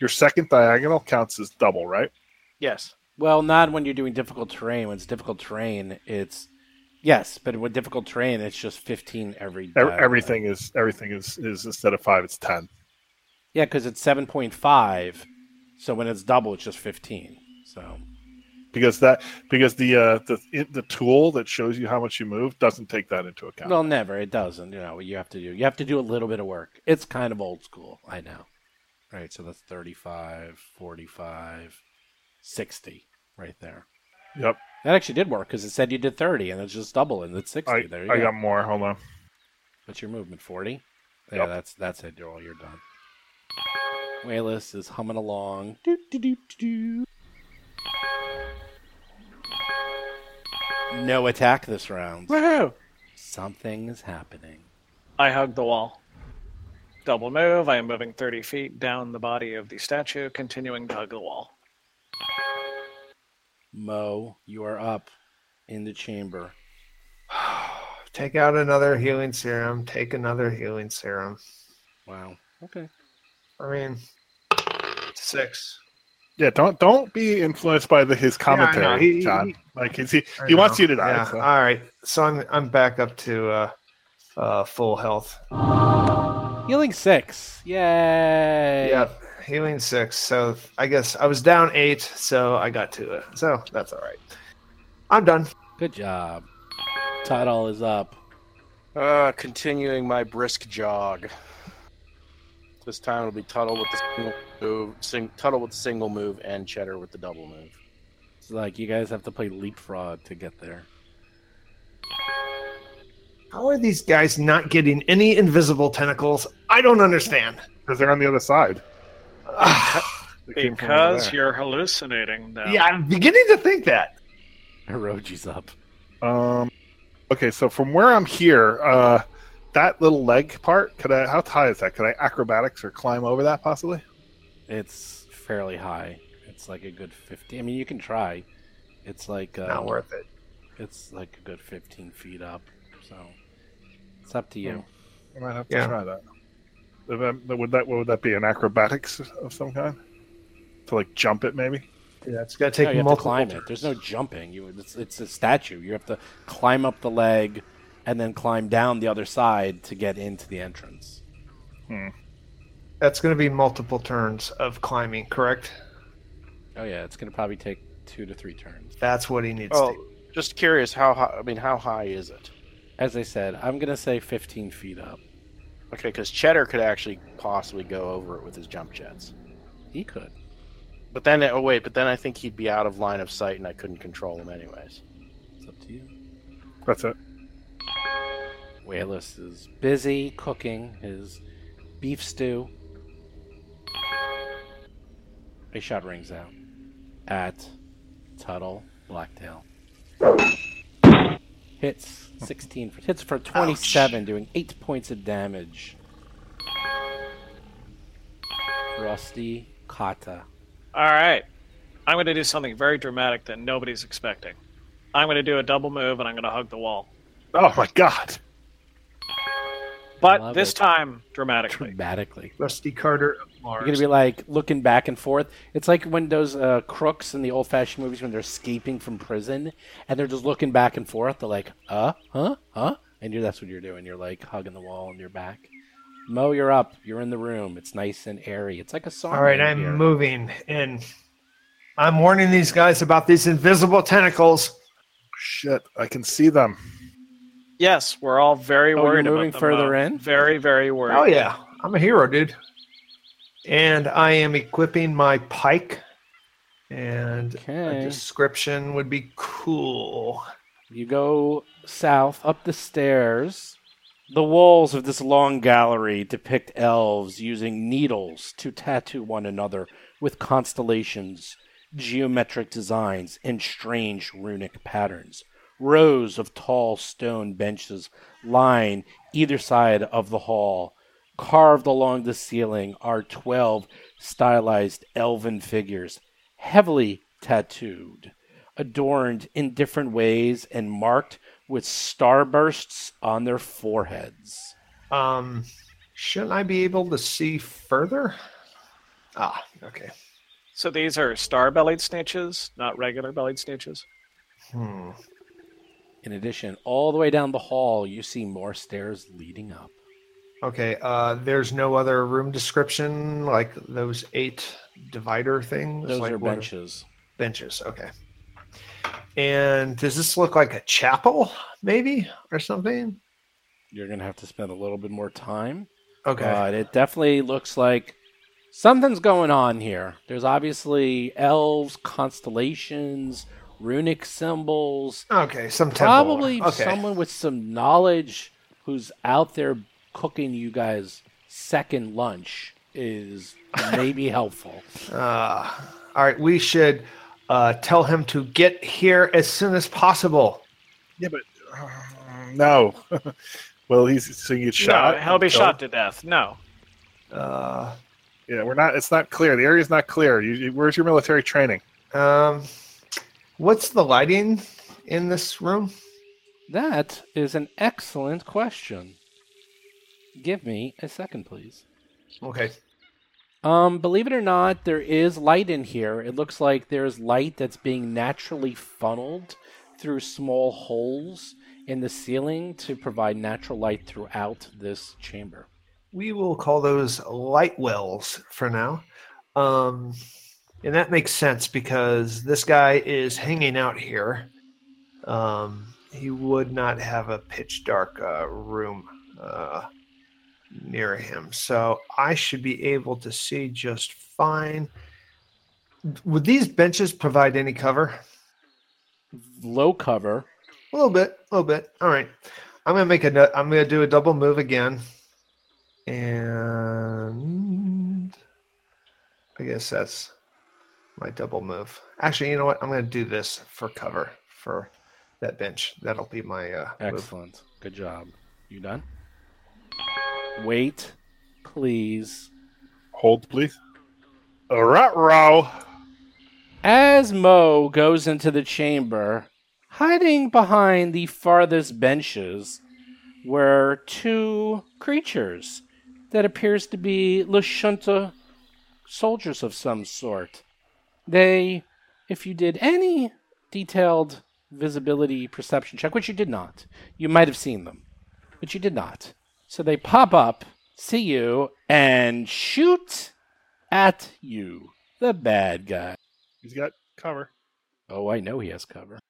Speaker 5: Your second diagonal counts as double, right? E-,
Speaker 4: Yes.
Speaker 2: Well, not when you're doing difficult terrain. When it's difficult terrain, it's yes, but with difficult terrain, it's just fifteen every.
Speaker 5: Ev-
Speaker 2: uh,
Speaker 5: everything is everything is is instead of five, it's ten.
Speaker 2: Yeah, because it's seven point five, so when it's double, it's just fifteen. So
Speaker 5: Because that because the uh, the it, the tool that shows you how much you move doesn't take that into account.
Speaker 2: well, never. It doesn't. You know, you have to do. You have to do a little bit of work. It's kind of old school. I know. Right. So that's 35, 45, 60 right there.
Speaker 5: Yep.
Speaker 2: That actually did work because it said you did thirty, and it's just double, and it's sixty.
Speaker 5: I,
Speaker 2: there you
Speaker 5: I
Speaker 2: go.
Speaker 5: got more. Hold on.
Speaker 2: What's your movement? Forty. Yeah,
Speaker 5: Yep.
Speaker 2: that's that's it. You're all you're done. Wayless is humming along. Doo, doo, doo, doo, doo. No attack this round.
Speaker 6: Woohoo!
Speaker 2: Something is happening.
Speaker 4: I hug the wall. Double move. I am moving 30 feet down the body of the statue, continuing to hug the wall.
Speaker 2: Mo, you are up in the chamber.
Speaker 3: Take out another healing serum. Take another healing serum.
Speaker 2: Wow. Okay.
Speaker 3: I mean, six.
Speaker 5: Yeah, don't don't be influenced by the, his
Speaker 3: I know.
Speaker 5: commentary,
Speaker 3: He-
Speaker 5: John.
Speaker 3: he-
Speaker 5: like he's, he
Speaker 3: I
Speaker 5: he wants
Speaker 3: know.
Speaker 5: you to die.
Speaker 3: Yeah.
Speaker 5: so.
Speaker 3: All right. So I'm I'm back up to uh, uh, full health.
Speaker 2: Healing six. Yay.
Speaker 3: Yep. Healing six. So I guess I was down eight, so I got to it. So that's all right. I'm done.
Speaker 2: Good job. Tidal is up.
Speaker 6: Uh, continuing my brisk jog. This time it'll be Tuttle with the single move, sing, Tuttle with the single move, and Cheddar with the double move.
Speaker 2: It's like you guys have to play leapfrog to get there.
Speaker 3: How are these guys not getting any invisible tentacles? I don't understand.
Speaker 5: because they're on the other side. They came from over
Speaker 4: Because
Speaker 5: there.
Speaker 4: you're hallucinating now.
Speaker 3: yeah, I'm beginning to think that.
Speaker 2: Hiroji's up.
Speaker 5: Um, okay, so from where I'm here, uh, that little leg part, could I? How high is that? Could I acrobatics or climb over that possibly?
Speaker 2: It's fairly high. It's like a good fifty. I mean, you can try. It's like uh,
Speaker 3: Not worth it.
Speaker 2: It's like a good fifteen feet up. So it's up to you.
Speaker 5: I might have to
Speaker 3: Yeah.
Speaker 5: try that. Would that- Would that would that be an acrobatics of some kind? To like jump it, maybe.
Speaker 3: Yeah, it's got to
Speaker 2: No,
Speaker 3: take
Speaker 2: you have to
Speaker 3: multiple.
Speaker 2: climb it. There's no jumping. You it's, it's a statue. You have to climb up the leg, and then climb down the other side to get into the entrance.
Speaker 3: That's going to be multiple turns of climbing, correct?
Speaker 2: Oh yeah, it's gonna probably take two to three turns.
Speaker 3: That's what he needs.
Speaker 6: Oh,
Speaker 3: to
Speaker 6: just curious, how high? I mean, how high is it?
Speaker 2: As I said, I'm gonna say fifteen feet up.
Speaker 6: Okay, because Cheddar could actually possibly go over it with his jump jets.
Speaker 2: He could.
Speaker 6: But then, oh wait, but then I think he'd be out of line of sight, and I couldn't control him anyways.
Speaker 2: It's up to you.
Speaker 5: That's it.
Speaker 2: Wayless is busy cooking his beef stew. A shot rings out at Tuttle Blacktail. Hits 16 for, hits for 27, doing 8 points of damage. Rusty Kata.
Speaker 4: All right. I'm going to do something very dramatic that nobody's expecting. I'm going to do a double move and I'm going to hug the wall.
Speaker 5: Oh my god!
Speaker 4: But
Speaker 2: Love
Speaker 4: this
Speaker 2: it.
Speaker 4: time, dramatically.
Speaker 2: Dramatically.
Speaker 3: Rusty Carter of Mars.
Speaker 2: You're gonna be like looking back and forth. It's like when those uh, crooks in the old-fashioned movies when they're escaping from prison and they're just looking back and forth. They're like, uh, huh, huh, and you're that's what you're doing. You're like hugging the wall on your back. Mo, you're up. You're in the room. It's nice and airy. It's like a song.
Speaker 3: All right,
Speaker 2: in
Speaker 3: I'm
Speaker 2: here.
Speaker 3: moving and I'm warning these guys about these invisible tentacles.
Speaker 5: Shit, I can see them.
Speaker 4: Yes, we're all very
Speaker 2: Oh, you're
Speaker 4: worried
Speaker 2: moving
Speaker 4: about them,
Speaker 2: further
Speaker 4: uh,
Speaker 2: in?
Speaker 4: Very, very worried.
Speaker 3: Oh yeah, I'm a hero, dude. And I am equipping my pike and
Speaker 2: Okay.
Speaker 3: a description would be cool.
Speaker 2: You go south up the stairs. The walls of this long gallery depict elves using needles to tattoo one another with constellations, geometric designs, and strange runic patterns. Rows of tall stone benches line either side of the hall. Carved along the ceiling are 12 stylized elven figures, heavily tattooed adorned in different ways and marked with starbursts on their foreheads.
Speaker 3: Um shouldn't I be able to see further? Ah, okay.
Speaker 4: So these are star-bellied snitches, not regular-bellied snitches.
Speaker 3: Hmm.
Speaker 2: In addition, all the way down the hall, you see more stairs leading up.
Speaker 3: Okay. Uh, there's no other room description like those eight divider things.
Speaker 2: Those
Speaker 3: like
Speaker 2: are
Speaker 3: what-
Speaker 2: benches.
Speaker 3: Benches. Okay. And does this look like a chapel, maybe, or something?
Speaker 2: You're going to have to spend a little bit more time.
Speaker 3: Okay.
Speaker 2: But it definitely looks like something's going on here. There's obviously elves, constellations, runic symbols.
Speaker 3: okay. Some temple.
Speaker 2: Probably
Speaker 3: okay.
Speaker 2: someone with some knowledge who's out there cooking you guys second lunch is maybe helpful.
Speaker 3: Uh, all right. We should uh, tell him to get here as soon as possible.
Speaker 5: Yeah, but uh, no. well, he's so you get shot.
Speaker 4: No, he'll be
Speaker 5: and killed.
Speaker 4: shot to death. No.
Speaker 3: Uh,
Speaker 5: Yeah, we're not. It's not clear. The area's not clear. You, you- where's your military training?
Speaker 3: um, what's the lighting in this room?
Speaker 2: That is an excellent question. Give me a second, please.
Speaker 3: Okay.
Speaker 2: Um, believe it or not, there is light in here. It looks like there's light that's being naturally funneled through small holes in the ceiling to provide natural light throughout this chamber.
Speaker 3: we will call those light wells for now um and that makes sense because this guy is hanging out here um he would not have a pitch dark uh, room uh near him so i should be able to see just fine would these benches provide any cover
Speaker 2: Low cover.
Speaker 3: a little bit, a little bit. All right. I'm gonna make a. nu- I'm gonna do a double move again, and I guess that's my double move. Actually, you know what? I'm gonna do this for cover for that bench. That'll be my uh, move.
Speaker 2: Excellent. Good job. You done? Wait, please.
Speaker 5: Hold, please. Uh, row.
Speaker 2: As Mo goes into the chamber, hiding behind the farthest benches were two creatures that appears to be Lashunta soldiers of some sort. They, if you did any detailed visibility perception check, which you did not, you might have seen them, but you did not. So they pop up, see you, and shoot at you, the bad guy.
Speaker 5: He's got cover.
Speaker 2: Oh, I know he has cover.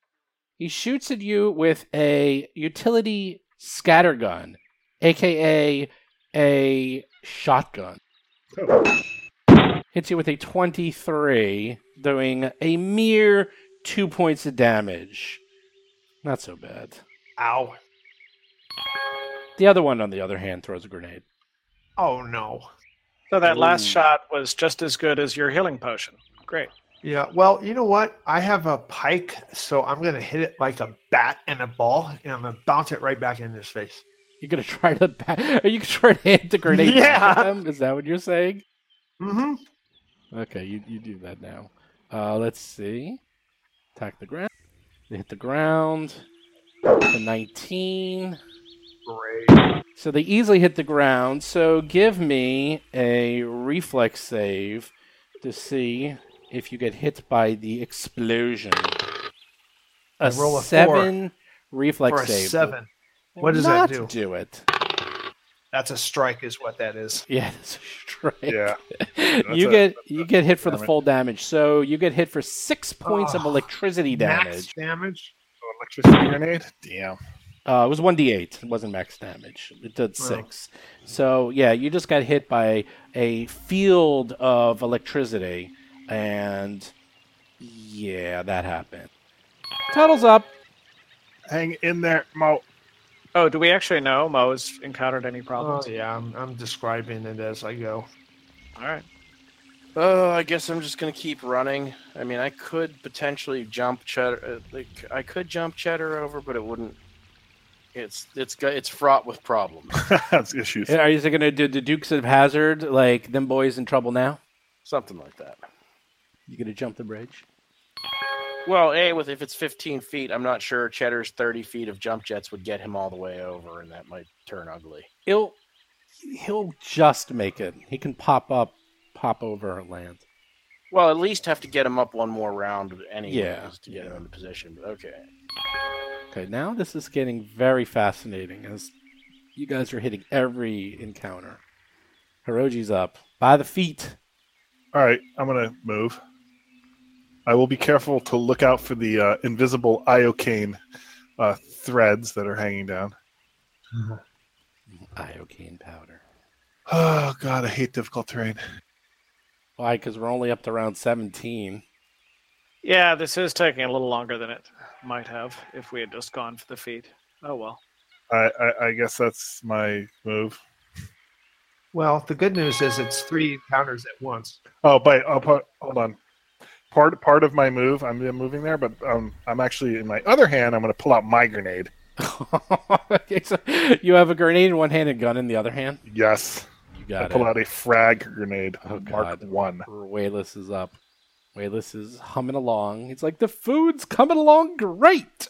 Speaker 2: He shoots at you with a utility scatter gun, aka a shotgun. Hits you with a 23, doing a mere two points of damage. Not so bad.
Speaker 3: Ow!
Speaker 2: The other one, on the other hand, throws a grenade.
Speaker 3: Oh no!
Speaker 4: So that last
Speaker 2: Ooh.
Speaker 4: shot was just as good as your healing potion. Great.
Speaker 3: Yeah. Well, you know what? I have a pike, so I'm gonna hit it like a bat and a ball, and I'm gonna bounce it right back in his face.
Speaker 2: You're gonna try to ba- are you gonna try to hit the grenade? back at
Speaker 3: Yeah.
Speaker 2: them? Is that what you're saying?
Speaker 3: Mm-hmm.
Speaker 2: Okay, you, you do that now. Uh, let's see. Attack the ground. They hit the ground. The 19.
Speaker 3: Great.
Speaker 2: So they easily hit the ground. So give me a reflex save to see if you get hit by the explosion. A
Speaker 3: I roll a four
Speaker 2: seven reflex
Speaker 3: For a
Speaker 2: save.
Speaker 3: seven.
Speaker 2: Will
Speaker 3: What does
Speaker 2: not
Speaker 3: that do?
Speaker 2: Do it.
Speaker 3: That's a strike, is what that is.
Speaker 2: Yeah, that's a strike.
Speaker 5: Yeah.
Speaker 2: you
Speaker 5: a-
Speaker 2: get you get hit for the
Speaker 5: damage.
Speaker 2: full damage. So you get hit for six points of
Speaker 3: Ah,
Speaker 2: electricity damage.
Speaker 3: Max damage.
Speaker 5: Oh, electricity grenade. Damn.
Speaker 2: Uh, it was one d eight. It wasn't max damage. It did
Speaker 3: Wow.
Speaker 2: six. So yeah, you just got hit by a field of electricity, and yeah, that happened. Tuttle's up.
Speaker 5: Hang in there, Mo.
Speaker 4: Oh, do we actually know Mo's encountered any
Speaker 3: Oh
Speaker 4: problems?
Speaker 3: yeah, I'm, I'm describing it as I go.
Speaker 4: All right.
Speaker 6: Oh, I guess I'm just gonna keep running. I mean, I could potentially jump Cheddar. uh, Like, I could jump Cheddar over, but it wouldn't. It's it's go- it's fraught with problems.
Speaker 5: That's issues.
Speaker 2: Are you going to do the Dukes of Hazard? Like them boys in trouble now?
Speaker 6: Something like that.
Speaker 2: You going to jump the bridge?
Speaker 6: Well, a with if it's 15 feet, I'm not sure Cheddar's 30 feet of jump jets would get him all the way over, and that might turn ugly.
Speaker 2: He'll he'll just make it. He can pop up pop over and land.
Speaker 6: Well, at least have to get him up one more round anyways
Speaker 2: Yeah,
Speaker 6: to get him into position. But okay.
Speaker 2: Okay, now this is getting very fascinating as you guys are hitting every encounter. Hiroji's up by the feet.
Speaker 5: All right, I'm gonna move. I will be careful to look out for the uh, invisible iocane uh, threads that are hanging down.
Speaker 2: Iocane powder.
Speaker 5: Oh God, I hate difficult terrain.
Speaker 2: Why? Because we're only up to round 17.
Speaker 4: Yeah, this is taking a little longer than it might have if we had just gone for the feet. Oh well.
Speaker 5: I, I, I guess that's my move.
Speaker 3: Well, the good news is it's three encounters at once.
Speaker 5: Oh, but I'll put, hold on. Part part of my move, I'm moving there, but um, I'm actually in my other hand. I'm going to pull out my grenade.
Speaker 2: Okay, so you have a grenade in one hand and gun in the other hand.
Speaker 5: Yes,
Speaker 2: You
Speaker 5: I
Speaker 2: got
Speaker 5: pull
Speaker 2: it.
Speaker 5: out a frag grenade,
Speaker 2: Oh,
Speaker 5: Mark
Speaker 2: God.
Speaker 5: One.
Speaker 2: Wayless is up. Wayless is humming along. It's like the food's coming along great.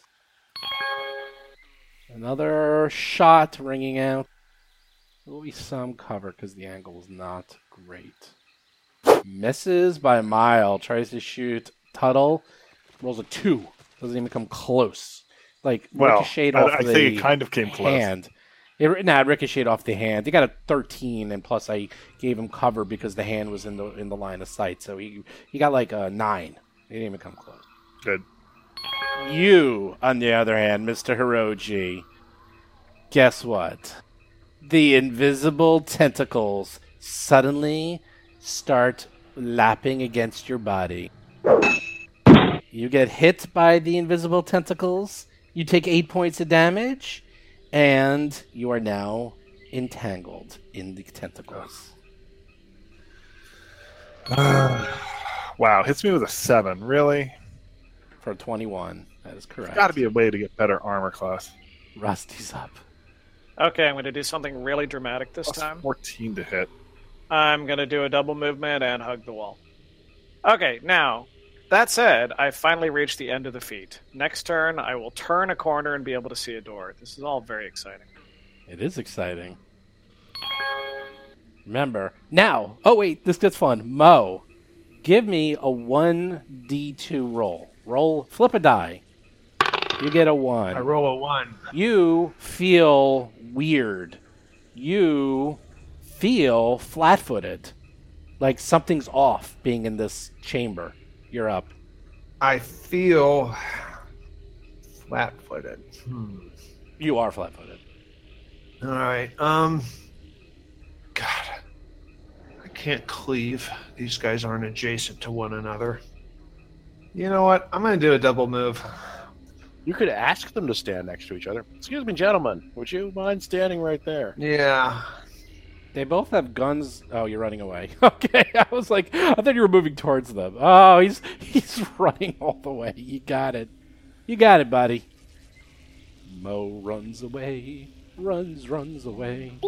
Speaker 2: Another shot ringing out. There will be some cover because the angle is not great. Misses by a mile. Tries to shoot Tuttle. Rolls a two. Doesn't even come close. Like
Speaker 5: Well,
Speaker 2: ricocheted
Speaker 5: I,
Speaker 2: off
Speaker 5: I
Speaker 2: the
Speaker 5: think it kind of came close.
Speaker 2: hand. It, nah, it ricocheted off the hand. He got a 13, and plus I gave him cover because the hand was in the in the line of sight. So he he got like a nine. He didn't even come close.
Speaker 5: Good.
Speaker 2: You, on the other hand, Mr. Hiroji, guess what? The invisible tentacles suddenly start lapping against your body. You get hit by the invisible tentacles. You take eight points of damage, and you are now entangled in the tentacles.
Speaker 5: wow, hits me with a seven. Really?
Speaker 2: For 21, that is correct.
Speaker 5: Got to be a way to get better armor class.
Speaker 2: Rusty's up.
Speaker 4: Okay, I'm going to do something really dramatic this
Speaker 5: Plus
Speaker 4: time.
Speaker 5: Fourteen to hit.
Speaker 4: I'm going to do a double movement and hug the wall. Okay, now, that said, I finally reached the end of the feat. Next turn, I will turn a corner and be able to see a door. This is all very exciting.
Speaker 2: It is exciting. Remember, now. Oh, wait, this gets fun. Mo, give me a 1d2 roll. Roll, flip a die. You get a 1.
Speaker 3: I roll a one.
Speaker 2: You feel weird. You feel flat footed. Like something's off being in this chamber. You're up.
Speaker 3: I feel flat-footed. Hmm.
Speaker 2: You are flat footed.
Speaker 3: All right. Um. God, I can't cleave. These guys aren't adjacent to one another. You know what? I'm gonna do a double move.
Speaker 6: You could ask them to stand next to each other. Excuse me, gentlemen, would you mind standing right there?
Speaker 3: Yeah.
Speaker 2: They both have guns. Oh, you're running away. Okay, I was like, I thought you were moving towards them. Oh, he's he's running all the way. You got it, you got it, buddy. Mo runs away, runs, runs away,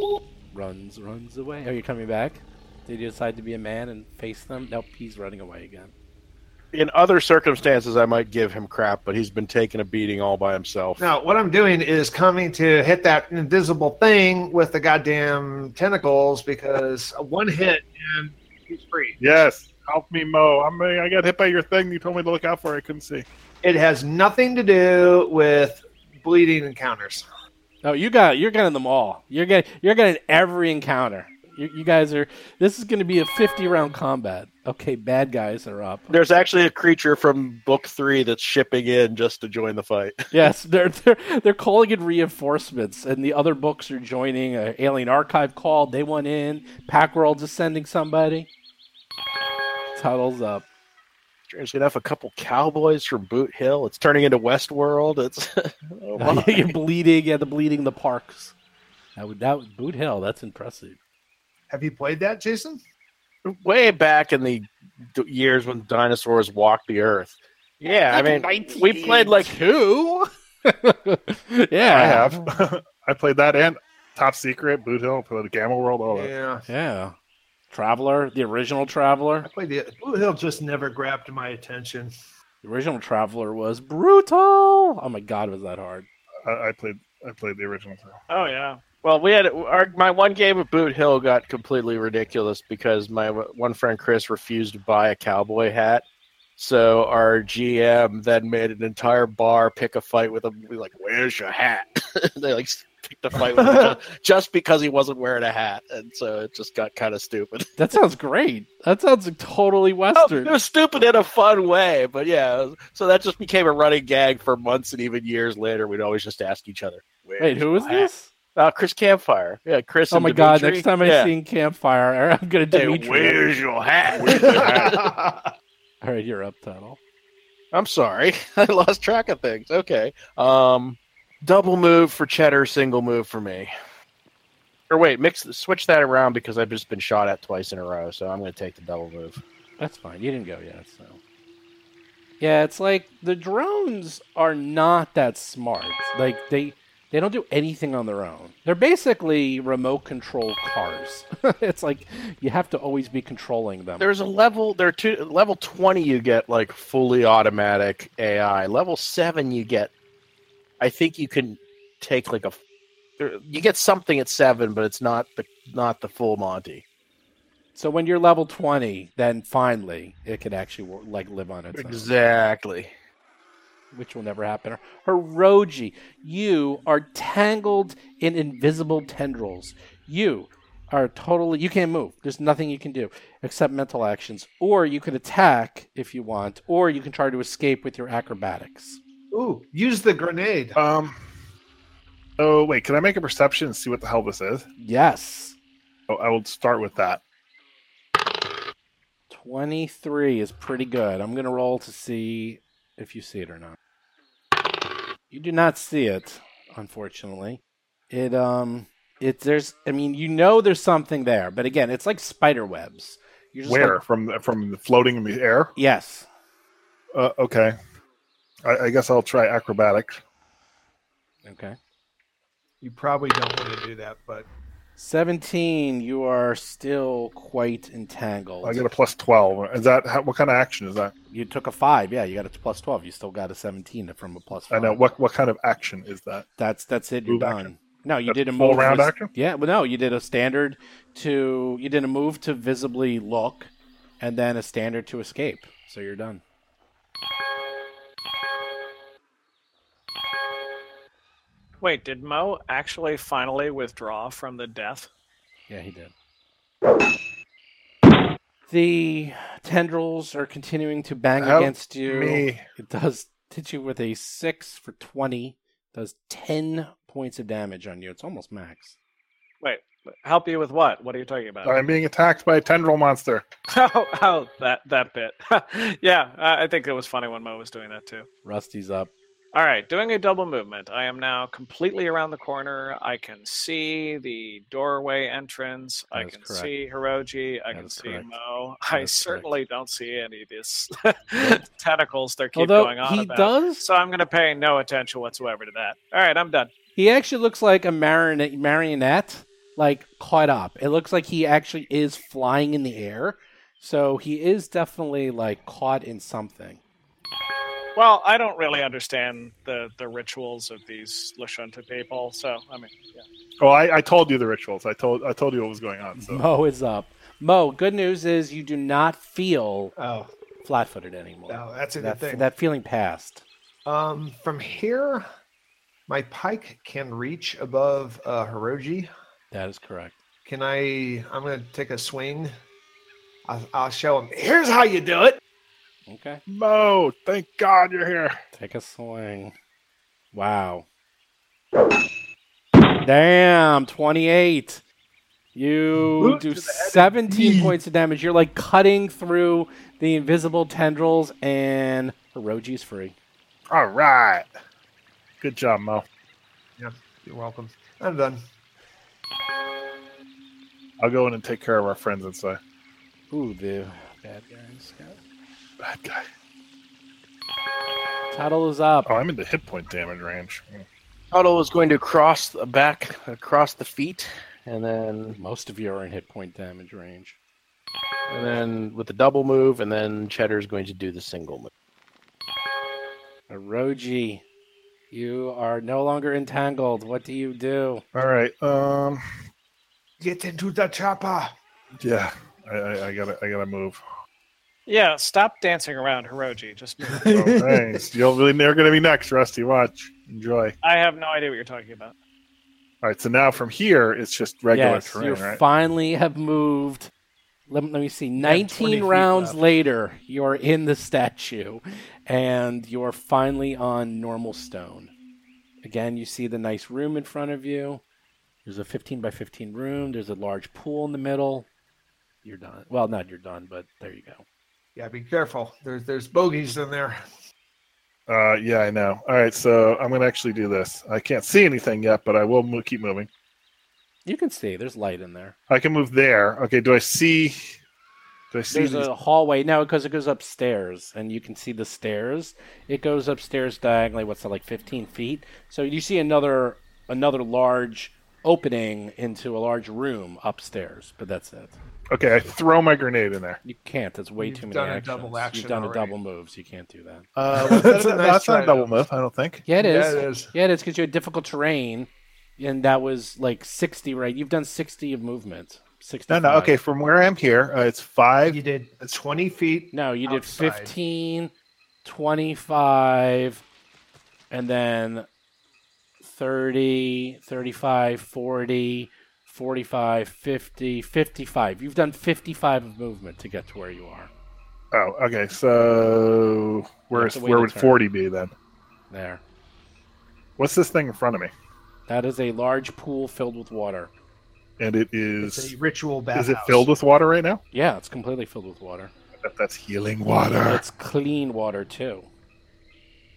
Speaker 2: runs, runs away. Are you coming back? Did you decide to be a man and face them? Nope, he's running away again.
Speaker 6: In other circumstances, I might give him crap, but he's been taking a beating all by himself.
Speaker 3: Now, what I'm doing is coming to hit that invisible thing with the goddamn tentacles because one hit and he's free.
Speaker 5: Yes, help me, Mo. I'm, I got hit by your thing. You told me to look out for. I couldn't see.
Speaker 3: It has nothing to do with bleeding encounters.
Speaker 2: No, Oh, you got you're getting them all. You're getting you're getting every encounter. You, you guys are. This is going to be a 50 round combat. Okay, bad guys are up.
Speaker 6: There's actually a creature from book three that's shipping in just to join the fight.
Speaker 2: Yes, they're they're they're calling in reinforcements, and the other books are joining. Uh, Alien Archive called; they went in. Packworld's is sending somebody. Tuttle's up.
Speaker 6: Strangely enough, a couple cowboys from Boot Hill. It's turning into Westworld. It's oh my.
Speaker 2: You're bleeding. Yeah, the bleeding. The parks. That would that would boot hell. That's impressive.
Speaker 3: Have you played that, Jason?
Speaker 6: way back in the d- years when dinosaurs walked the earth. Yeah, I mean, we played like
Speaker 2: two. yeah,
Speaker 5: I have. I played that and Top Secret, Boot Hill, played Gamma World. All that.
Speaker 3: Oh, Yeah.
Speaker 2: Yeah, Traveler, the original Traveler.
Speaker 3: I played the Blue Hill just never grabbed my attention.
Speaker 2: The original Traveler was brutal. Oh my god, was that hard?
Speaker 5: I, I played. I played the original.
Speaker 4: Oh, yeah.
Speaker 6: Well, we had our my one game at Boot Hill got completely ridiculous because my w- one friend Chris refused to buy a cowboy hat. So our GM then made an entire bar pick a fight with him. We were like, "Where's your hat?" they like picked a fight with him just, just because he wasn't wearing a hat, and so it just got kind of stupid.
Speaker 2: That sounds great. That sounds totally Western.
Speaker 6: Oh, It was stupid in a fun way, but yeah. it was- So that just became a running gag for months and even years later. We'd always just ask each other, "Where's
Speaker 2: Wait, who
Speaker 6: your
Speaker 2: is
Speaker 6: hat?"
Speaker 2: this?
Speaker 6: Uh, Chris Campfire. Yeah, Chris.
Speaker 2: Oh
Speaker 6: and
Speaker 2: my god!
Speaker 6: Dimitri.
Speaker 2: Next time I
Speaker 6: Yeah.
Speaker 2: see Campfire, I'm gonna
Speaker 6: Hey,
Speaker 2: Dimitri.
Speaker 6: where's your hat? Where's your hat?
Speaker 2: All right, you're up, Tuttle.
Speaker 6: I'm sorry, I lost track of things. Okay, um, double move for Cheddar, single move for me. Or wait, mix switch that around because I've just been shot at twice in a row, so I'm going to take the double move.
Speaker 2: That's fine. You didn't go yet, so. Yeah, it's like the drones are not that smart. Like they they don't do anything on their own. They're basically remote control cars. it's like you have to always be controlling them.
Speaker 6: There's a level. There are two level twenty. You get like fully automatic AI. Level seven, you get. I think you can take like a. there- You get something at seven, but it's not the not the full Monty.
Speaker 2: so when you're level 20, then finally it can actually wo- like live on its own.
Speaker 6: Exactly.
Speaker 2: which will never happen. Hiroji, you are tangled in invisible tendrils. You are totally you can't move. There's nothing you can do except mental actions. Or you could attack if you want, or you can try to escape with your acrobatics.
Speaker 3: Ooh, use the grenade.
Speaker 5: Um. Oh wait, can I make a perception and see what the hell this is?
Speaker 2: Yes.
Speaker 5: Oh, I will start with that.
Speaker 2: 23 is pretty good. I'm going to roll to see if you see it or not. You do not see it, unfortunately. It um it there's I mean, you know there's something there, but again, it's like spider webs. You're just
Speaker 5: Where
Speaker 2: like-
Speaker 5: from from floating in the air?
Speaker 2: yes.
Speaker 5: Uh, okay, I, I guess I'll try acrobatics.
Speaker 2: Okay.
Speaker 3: You probably don't want to do that, but
Speaker 2: 17, you are still quite entangled.
Speaker 5: I get a plus twelve. Is that how, what kind of action is that?
Speaker 2: You took a 5. Yeah, you got a plus 12. You still got a 17 from a plus 5.
Speaker 5: I know what what kind of action is that?
Speaker 2: That's that's it. You're
Speaker 5: Move
Speaker 2: done.
Speaker 5: action.
Speaker 2: No, you
Speaker 5: That's
Speaker 2: did a
Speaker 5: full
Speaker 2: move.
Speaker 5: round
Speaker 2: vis-
Speaker 5: action?
Speaker 2: Yeah, well, no, you did a standard to you did a move to visibly look, and then a standard to escape. So you're done.
Speaker 4: Wait, did Mo actually finally withdraw from the death?
Speaker 2: Yeah, he did. The tendrils are continuing to bang
Speaker 5: Help
Speaker 2: against you.
Speaker 5: Me.
Speaker 2: It does hit you with a six for twenty. Does ten points of damage on you. It's almost max.
Speaker 4: Wait, help you with what? What are you talking about?
Speaker 5: I'm being attacked by a tendril monster.
Speaker 4: oh, oh, that that bit. yeah, I I think it was funny when Mo was doing that too.
Speaker 2: Rusty's up.
Speaker 4: All right, doing a double movement. I am now completely around the corner. I can see the doorway entrance. I
Speaker 2: That is
Speaker 4: can
Speaker 2: correct.
Speaker 4: see Hiroji. I
Speaker 2: That
Speaker 4: can
Speaker 2: is
Speaker 4: see
Speaker 2: correct.
Speaker 4: Mo.
Speaker 2: That is
Speaker 4: I
Speaker 2: correct.
Speaker 4: certainly don't see any of these tentacles they're keep
Speaker 2: Although
Speaker 4: going on
Speaker 2: he
Speaker 4: about.
Speaker 2: does
Speaker 4: So I'm going to pay no attention whatsoever to that. All right, I'm done.
Speaker 2: He actually looks like a marionette, marionette, like caught up. It looks like he actually is flying in the air. So he is definitely like caught in something.
Speaker 4: Well, I don't really understand the, the rituals of these Lashunta people. So, I mean, yeah.
Speaker 5: Oh, I, I told you the rituals. I told I told you what was going on. So
Speaker 2: Mo is up. Mo, good news is you do not feel
Speaker 3: oh
Speaker 2: flat footed anymore.
Speaker 3: no, that's a
Speaker 2: that,
Speaker 3: good thing.
Speaker 2: that feeling passed.
Speaker 3: Um, from here, my pike can reach above uh, Hiroji.
Speaker 2: That is correct.
Speaker 3: Can I? I'm gonna take a swing. I'll, I'll show him. Here's how you do it.
Speaker 2: Okay.
Speaker 5: Mo, thank God you're here.
Speaker 2: Take a swing. Wow. Damn, 28. You
Speaker 3: Boot
Speaker 2: do
Speaker 3: to the head.
Speaker 2: 17 points of damage. You're like cutting through the invisible tendrils, and Hiroji's free.
Speaker 5: All right. Good job, Mo.
Speaker 3: You're welcome. I'm done.
Speaker 5: I'll go in and take care of our friends inside.
Speaker 2: Ooh, the bad guys. got-
Speaker 5: Bad guy.
Speaker 2: Tuttle is up.
Speaker 5: Oh, I'm into hit point damage range.
Speaker 6: Tuttle is going to cross the back across the feet, and then
Speaker 2: Most of you are in hit point damage range.
Speaker 6: and then with the double move, and then Cheddar is going to do the single move.
Speaker 2: Hiroji, You are no longer entangled. What do you do?
Speaker 5: All right. Um.
Speaker 3: Get into the chopper.
Speaker 5: Yeah. I, I, I gotta. I gotta move.
Speaker 4: Yeah, stop dancing around, Hiroji. Just move.
Speaker 5: Oh, thanks. You're really they're gonna be next, Rusty. Watch. Enjoy.
Speaker 4: I have no idea what you're talking about.
Speaker 5: All right. So now from here, it's just regular
Speaker 2: yes,
Speaker 5: terrain,
Speaker 2: you
Speaker 5: right?
Speaker 2: finally have moved. Let, me- let me see.
Speaker 3: 20
Speaker 2: Nineteen
Speaker 3: feet
Speaker 2: rounds
Speaker 3: left.
Speaker 2: later, you're in the statue, and you're finally on normal stone. Again, you see the nice room in front of you. There's a 15 by 15 room. There's a large pool in the middle. You're done. Well, not you're done, but there you go.
Speaker 3: Yeah, be careful. There's there's bogeys in there.
Speaker 5: Uh, yeah, I know. All right, so I'm gonna actually do this. I can't see anything yet, but I will mo- keep moving.
Speaker 2: You can see there's light in there.
Speaker 5: I can move there. Okay, do I see? Do I see?
Speaker 2: There's
Speaker 5: these-
Speaker 2: a hallway now because it goes upstairs, and you can see the stairs. It goes upstairs diagonally. What's that, like 15 feet? So you see another another large opening into a large room upstairs, but that's it.
Speaker 5: Okay, I throw my grenade in there.
Speaker 2: You can't. That's way
Speaker 3: You've
Speaker 2: too many
Speaker 3: done a
Speaker 2: actions.
Speaker 3: double action
Speaker 2: You've done
Speaker 3: already.
Speaker 2: a double move, so you can't do that.
Speaker 5: Uh,
Speaker 3: That's a nice
Speaker 5: that's not
Speaker 3: try,
Speaker 5: a double
Speaker 3: though.
Speaker 5: move. I don't think.
Speaker 2: Yeah, it is.
Speaker 3: Yeah, it is.
Speaker 2: Yeah, it is because you had difficult terrain, and that was like 60, right? You've done 60 of movement. 60.
Speaker 5: No, no. Okay, from where I'm here, uh, it's five.
Speaker 3: You did 20 feet.
Speaker 2: No, you did
Speaker 3: outside.
Speaker 2: 15, 25, and then 30, 35, 40, 45, 50, 55. You've done 55 of movement to get to where you are.
Speaker 5: Oh, okay. So where
Speaker 2: That's
Speaker 5: is
Speaker 2: the way
Speaker 5: where
Speaker 2: to
Speaker 5: would
Speaker 2: turn.
Speaker 5: forty be then?
Speaker 2: There.
Speaker 5: What's this thing in front of me?
Speaker 2: That is a large pool filled with water.
Speaker 5: And it
Speaker 3: It's
Speaker 5: is
Speaker 3: a ritual bathhouse.
Speaker 5: is it filled with water right now?
Speaker 2: Yeah, it's completely filled with water.
Speaker 5: I bet that's healing water.
Speaker 2: It's clean water, too.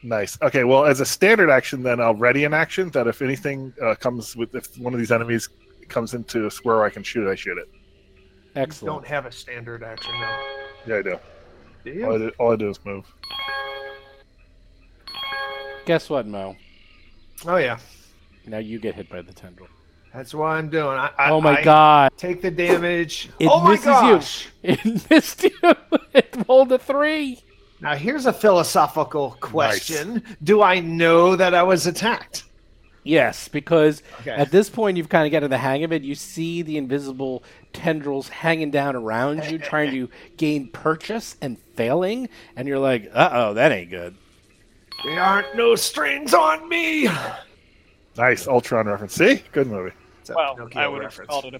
Speaker 5: Nice. Okay. Well, as a standard action, then I'll ready an action that if anything uh, comes with if one of these enemies comes into a square where I can shoot, I shoot it.
Speaker 3: You don't
Speaker 2: Excellent.
Speaker 3: have a standard action now.
Speaker 5: Yeah, I do.
Speaker 3: Do
Speaker 5: All I
Speaker 3: you?
Speaker 5: do, all I do is move.
Speaker 2: Guess what, Mo?
Speaker 3: Oh, yeah.
Speaker 2: Now you get hit by the tendril.
Speaker 3: That's what I'm doing. I, I,
Speaker 2: oh, my
Speaker 3: I
Speaker 2: God.
Speaker 3: Take the damage.
Speaker 2: It
Speaker 3: oh, my
Speaker 2: misses you.
Speaker 3: gosh.
Speaker 2: It missed you. It rolled a three.
Speaker 3: Now, here's a philosophical question Do I know that I was attacked?
Speaker 2: Yes, because
Speaker 3: Okay.
Speaker 2: at this point you've kind of gotten the hang of it. You see the invisible tendrils hanging down around you, trying to gain purchase and failing, and you're like, "Uh oh, that ain't good."
Speaker 3: There aren't no strings on me.
Speaker 5: Nice Ultron reference. See, good movie.
Speaker 3: It's a
Speaker 4: Well,
Speaker 3: Pinocchio
Speaker 4: I would have
Speaker 3: reference.
Speaker 4: called it a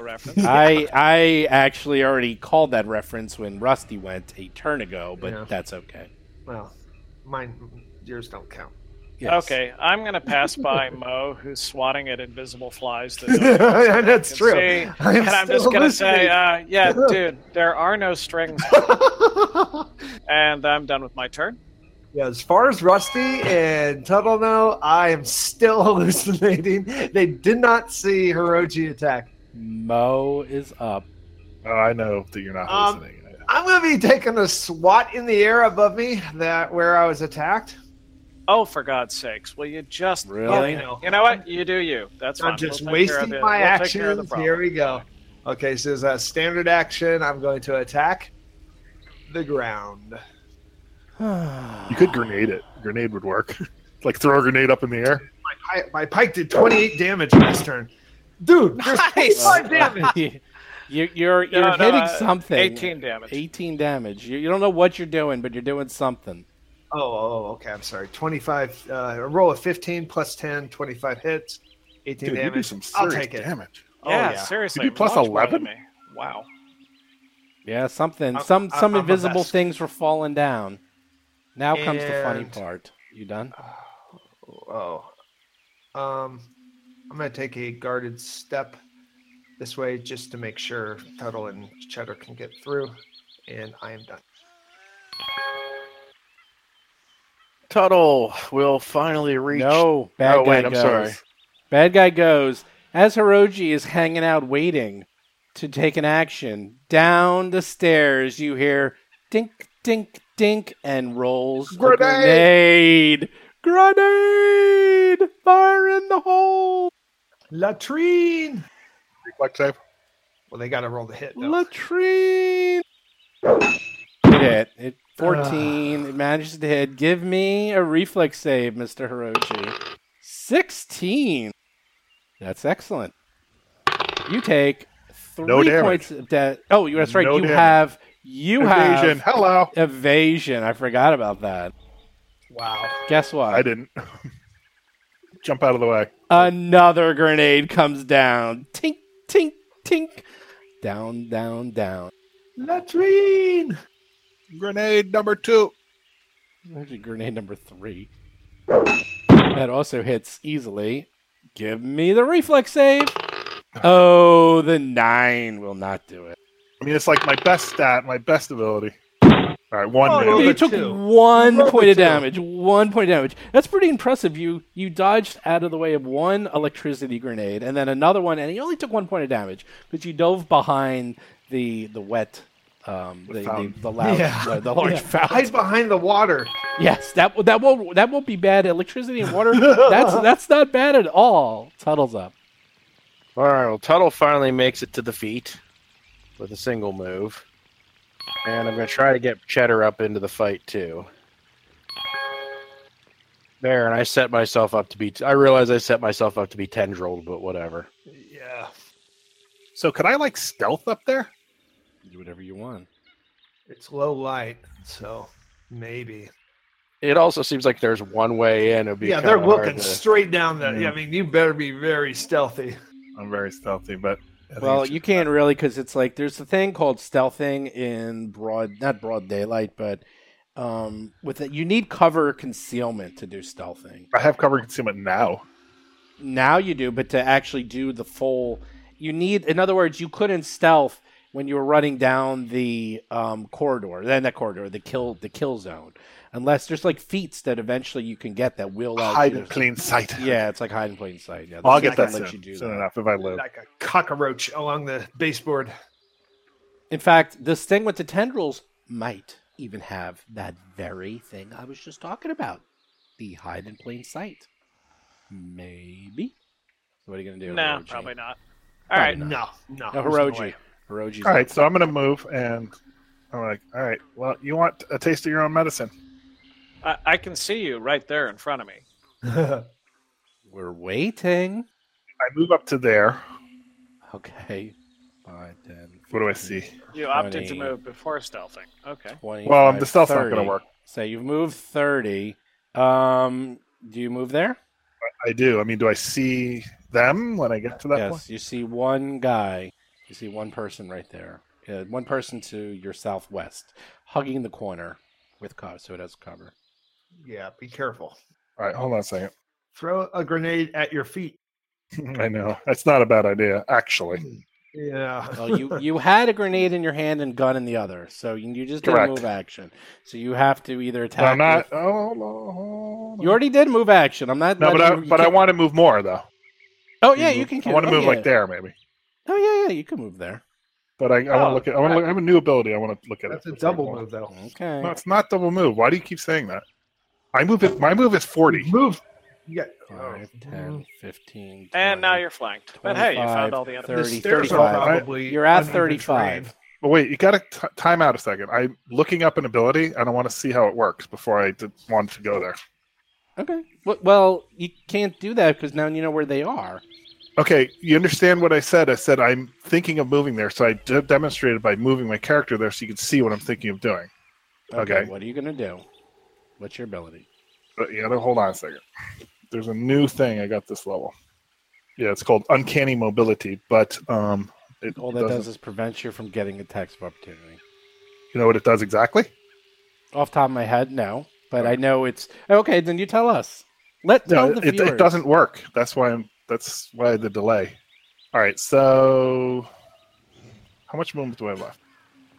Speaker 4: reference.
Speaker 2: I I actually already called that reference when Rusty went a turn ago, but
Speaker 3: Yeah.
Speaker 2: that's okay.
Speaker 3: Well, mine, yours don't count.
Speaker 2: Yes.
Speaker 4: Okay, I'm gonna pass by Mo, who's swatting at invisible flies that no one
Speaker 3: That's
Speaker 4: can
Speaker 3: true.
Speaker 4: see,
Speaker 3: I am
Speaker 4: and I'm just
Speaker 3: still
Speaker 4: gonna
Speaker 3: listening.
Speaker 4: say, uh, yeah, dude, there are no strings. on it. and I'm done with my turn.
Speaker 3: Yeah, as far as Rusty and Tuttle know, I am still hallucinating. They did not see Hiroji attack.
Speaker 2: Mo is up.
Speaker 5: Oh, I know that you're not
Speaker 3: Um,
Speaker 5: listening.
Speaker 3: I'm gonna be taking a swat in the air above me that where I was attacked.
Speaker 4: Oh, for God's sakes, will you just?
Speaker 2: Really?
Speaker 3: Oh, no.
Speaker 4: You know what? You do you. That's fine.
Speaker 3: I'm just
Speaker 4: We'll take care of
Speaker 3: wasting
Speaker 4: the-
Speaker 3: my
Speaker 4: we'll take
Speaker 3: actions.
Speaker 4: care of the problem.
Speaker 3: Here we go. Okay, so as a standard action, I'm going to attack the ground.
Speaker 5: You could grenade it. Grenade would work. like throw a grenade up in the air.
Speaker 3: I, my pike did 28 damage this turn. Dude, there's
Speaker 4: Nice.
Speaker 3: 25 damage.
Speaker 2: you, you're you're
Speaker 4: No, no,
Speaker 2: hitting
Speaker 4: uh,
Speaker 2: something.
Speaker 4: 18 damage.
Speaker 2: 18 damage. You, you don't know what you're doing, but you're doing something.
Speaker 3: Oh, oh, okay. I'm sorry. 25, uh, a roll of 15 plus 10, 25 hits, 18
Speaker 5: Dude, you do
Speaker 3: damage.
Speaker 5: some
Speaker 3: I'll
Speaker 5: serious
Speaker 3: take it.
Speaker 5: damage.
Speaker 4: Yeah,
Speaker 3: yeah.
Speaker 4: Oh, seriously.
Speaker 5: You do plus
Speaker 4: launch more
Speaker 5: 11?
Speaker 4: than me. Wow.
Speaker 2: Yeah, something.
Speaker 3: I'm-
Speaker 2: some
Speaker 3: I'm-
Speaker 2: some
Speaker 3: I'm the
Speaker 2: invisible
Speaker 3: best.
Speaker 2: things were falling down. Now comes the funny
Speaker 3: And-
Speaker 2: part. You done?
Speaker 3: Oh. Um, I'm going to take a guarded step this way just to make sure Tuttle and Cheddar can get through. And I am done.
Speaker 6: Tuttle will finally reach.
Speaker 2: No, bad
Speaker 6: Oh,
Speaker 2: guy
Speaker 6: wait, I'm
Speaker 2: goes.
Speaker 6: sorry.
Speaker 2: Bad guy goes. As Hiroji is hanging out waiting to take an action, down the stairs you hear dink, dink, dink, and rolls grenade. a grenade. Grenade! Fire in the hole!
Speaker 3: Latrine!
Speaker 5: Reflex save.
Speaker 3: Well, they got to roll the hit, though.
Speaker 2: Latrine. It hit. It 14. it manages to hit. Give me a reflex save, Mr. Hiroshi. 16. That's excellent. You take three
Speaker 5: No damage.
Speaker 2: points of death. Oh, you- that's right.
Speaker 5: No
Speaker 2: you
Speaker 5: damage.
Speaker 2: have. You
Speaker 5: Invasion.
Speaker 2: have
Speaker 5: Hello.
Speaker 2: evasion. I forgot about that.
Speaker 3: Wow.
Speaker 2: Guess what?
Speaker 5: I didn't. Jump out of the way.
Speaker 2: Another grenade comes down. Tink, tink, tink. Down, down, down.
Speaker 3: Latrine.
Speaker 5: Grenade number two.
Speaker 2: Actually, grenade number three. That also hits easily. Give me the reflex save. Oh, the nine will not do it.
Speaker 5: I mean, it's like my best stat, my best ability. All right, one
Speaker 3: Oh,
Speaker 5: minute.
Speaker 3: Roll
Speaker 2: you
Speaker 3: the
Speaker 2: took
Speaker 3: two.
Speaker 2: one
Speaker 3: Roll the
Speaker 2: point of
Speaker 3: two.
Speaker 2: damage. One point of damage. That's pretty impressive. You you dodged out of the way of one electricity grenade and then another one, and you only took one point of damage because you dove behind the the wet, um, the, the,
Speaker 5: fountain.
Speaker 2: the loud,
Speaker 3: Yeah.
Speaker 2: the large
Speaker 3: Yeah.
Speaker 2: fountain.
Speaker 3: Hide behind the water.
Speaker 2: Yes, that that won't that won't be bad. Electricity and water. That's that's not bad at all. Tuttle's up.
Speaker 6: All right, well, Tuttle finally makes it to the feet with a single move. And I'm going to try to get Cheddar up into the fight, too. There, and I set myself up to be. I realize I set myself up to be tendrilled, but whatever.
Speaker 3: Yeah.
Speaker 5: So could I like stealth up there?
Speaker 2: Do whatever you want.
Speaker 3: It's low light, so maybe.
Speaker 6: It also seems like there's one way in. It'd be
Speaker 3: yeah, they're
Speaker 6: kinda hard
Speaker 3: looking
Speaker 6: to-
Speaker 3: straight down there.
Speaker 2: Mm.
Speaker 5: Yeah.
Speaker 3: I mean, you better be very stealthy.
Speaker 5: I'm very stealthy, but I think
Speaker 2: Well,
Speaker 5: it's-
Speaker 2: you can't really because it's like there's a thing called stealthing in broad, not broad daylight, but um, with it, you need cover coconcealment to do stealthing.
Speaker 5: I have cover concealment now.
Speaker 2: Now you do, but to actually do the full, you need. In other words, you couldn't stealth when you were running down the um, corridor, then that corridor, the kill, the kill zone, unless there's like feats that eventually you can get that will out
Speaker 5: Hide
Speaker 2: you
Speaker 5: in
Speaker 2: to-
Speaker 5: plain sight.
Speaker 2: Yeah, it's like hide in plain sight. Yeah,
Speaker 5: I'll
Speaker 2: that's
Speaker 5: get
Speaker 2: not gonna
Speaker 5: that soon,
Speaker 2: let you do
Speaker 5: soon
Speaker 2: that.
Speaker 5: enough if I live.
Speaker 3: Like a cockroach along the baseboard.
Speaker 2: In fact, this thing with the tendrils might even have that very thing I was just talking about. The hide in plain sight. Maybe. So what are you gonna do?
Speaker 4: No,
Speaker 2: Hiroji?
Speaker 4: probably not. All
Speaker 2: Probably
Speaker 4: right,
Speaker 2: not.
Speaker 3: No, no.
Speaker 2: No,
Speaker 3: there's no
Speaker 2: Hiroji.
Speaker 3: way.
Speaker 2: Hiroji's
Speaker 5: All right, so I'm gonna move, and I'm like, all right, well, you want a taste of your own medicine?
Speaker 4: I, I can see you right there in front of me.
Speaker 2: we're waiting.
Speaker 5: I move up to there.
Speaker 2: Okay. Five, ten.
Speaker 5: What do I see?
Speaker 4: You opted to
Speaker 2: 20.
Speaker 4: move before stealthing. Okay.
Speaker 2: 20,
Speaker 5: Well, um, the stealth's not gonna
Speaker 2: 30.
Speaker 5: work.
Speaker 2: So you've moved thirty. Um do you move there?
Speaker 5: I do. I mean, do I see them when I get to that
Speaker 2: yes,
Speaker 5: point?
Speaker 2: you see one guy. You see one person right there. Yeah, one person to your southwest, hugging the corner with cover, so it has cover.
Speaker 3: yeah, be careful.
Speaker 5: All right, hold on a second.
Speaker 3: Throw a grenade at your feet.
Speaker 5: I know that's not a bad idea, actually.
Speaker 3: Yeah.
Speaker 2: Well, you you had a grenade in your hand and gun in the other, so you, you just didn't
Speaker 5: Correct.
Speaker 2: move action. So you have to either attack.
Speaker 5: I'm not.
Speaker 2: with-
Speaker 5: Oh, hold on, hold on.
Speaker 2: you already did move action. I'm not.
Speaker 5: no, but
Speaker 2: letting
Speaker 5: I,
Speaker 2: you- you
Speaker 5: but I
Speaker 2: can't-
Speaker 5: want to move more though.
Speaker 2: Oh yeah, you can.
Speaker 5: I want to
Speaker 2: oh,
Speaker 5: move
Speaker 2: yeah.
Speaker 5: like there, maybe.
Speaker 2: Oh yeah, yeah, you can move there.
Speaker 5: But I, I want
Speaker 4: Oh,
Speaker 5: to look at. I want to. Look, I have a new ability. I want to look at
Speaker 3: That's
Speaker 5: it.
Speaker 3: a
Speaker 5: before I
Speaker 3: double
Speaker 5: go on.
Speaker 3: move, though.
Speaker 2: Okay.
Speaker 5: No, it's not double move. Why do you keep saying that? I move it. My move is forty.
Speaker 3: Move. You got.
Speaker 2: Five,
Speaker 3: oh,
Speaker 2: 10, 15,
Speaker 4: And now
Speaker 2: 20.
Speaker 4: you're flanked. But hey, you
Speaker 2: 25,
Speaker 4: found all the
Speaker 3: the
Speaker 2: 30,
Speaker 4: enemies.
Speaker 3: stairs are
Speaker 2: 35.
Speaker 3: probably
Speaker 2: You're at
Speaker 3: uneven terrain.
Speaker 2: 35.
Speaker 5: But wait, you got to t- time out a second. I'm looking up an ability, and I want to see how it works before I did, want to go there.
Speaker 2: Okay. Well- Well, you can't do that because now you know where they are.
Speaker 5: Okay, you understand what I said? I said I'm thinking of moving there, so I de- demonstrated by moving my character there, so you can see what I'm thinking of doing. Okay.
Speaker 2: What are you gonna do? What's your ability?
Speaker 5: But you gotta hold on a second. There's a new thing I got this level. Yeah, it's called uncanny mobility, but um, it
Speaker 2: All that
Speaker 5: doesn't,
Speaker 2: does is prevent you from getting attacks of opportunity.
Speaker 5: You know what it does exactly?
Speaker 2: Off the top of my head, no, but I know it's okay. Then you tell us. Let tell
Speaker 5: No,
Speaker 2: the
Speaker 5: it,
Speaker 2: viewers.
Speaker 5: it doesn't work. That's why I'm. That's why the delay. All right, so how much movement do I have left?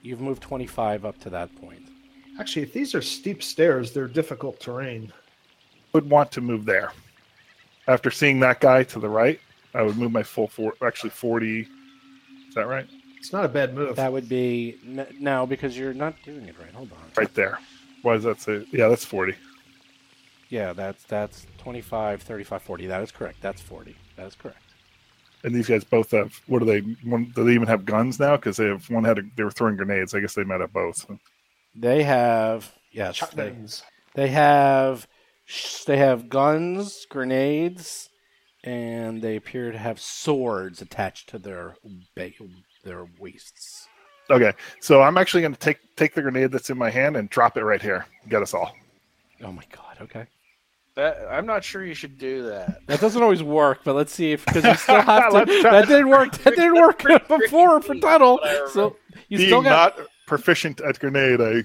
Speaker 2: You've moved twenty five up to that point.
Speaker 3: Actually, if these are steep stairs, they're difficult terrain.
Speaker 5: would want to move there. After seeing that guy to the right, I would move my full four, actually 40. Is that right?
Speaker 3: It's not a bad move.
Speaker 2: That would be n- no, because you're not doing it right. Hold on.
Speaker 5: Right there. Why does that say? Yeah, that's 40.
Speaker 2: Yeah, that's that's 25, 35, 40. That is correct. That's forty. That is correct.
Speaker 5: And these guys both have, what do they, one, do they even have guns now? Because they have, one had, a, they were throwing grenades. I guess they might have both.
Speaker 2: They have yes, they,
Speaker 3: Shotguns.
Speaker 2: they have sh- they have guns, grenades, and they appear to have swords attached to their ba- their waists.
Speaker 5: Okay, so I'm actually going to take take the grenade that's in my hand and drop it right here. Get us all.
Speaker 2: Oh my god! Okay,
Speaker 7: That, I'm not sure you should do that.
Speaker 2: that doesn't always work, but let's see if because you still have to.
Speaker 5: Let's try-
Speaker 2: that didn't work. That didn't work before for Tuttle. So you
Speaker 5: Being
Speaker 2: still got
Speaker 5: not proficient at grenade, I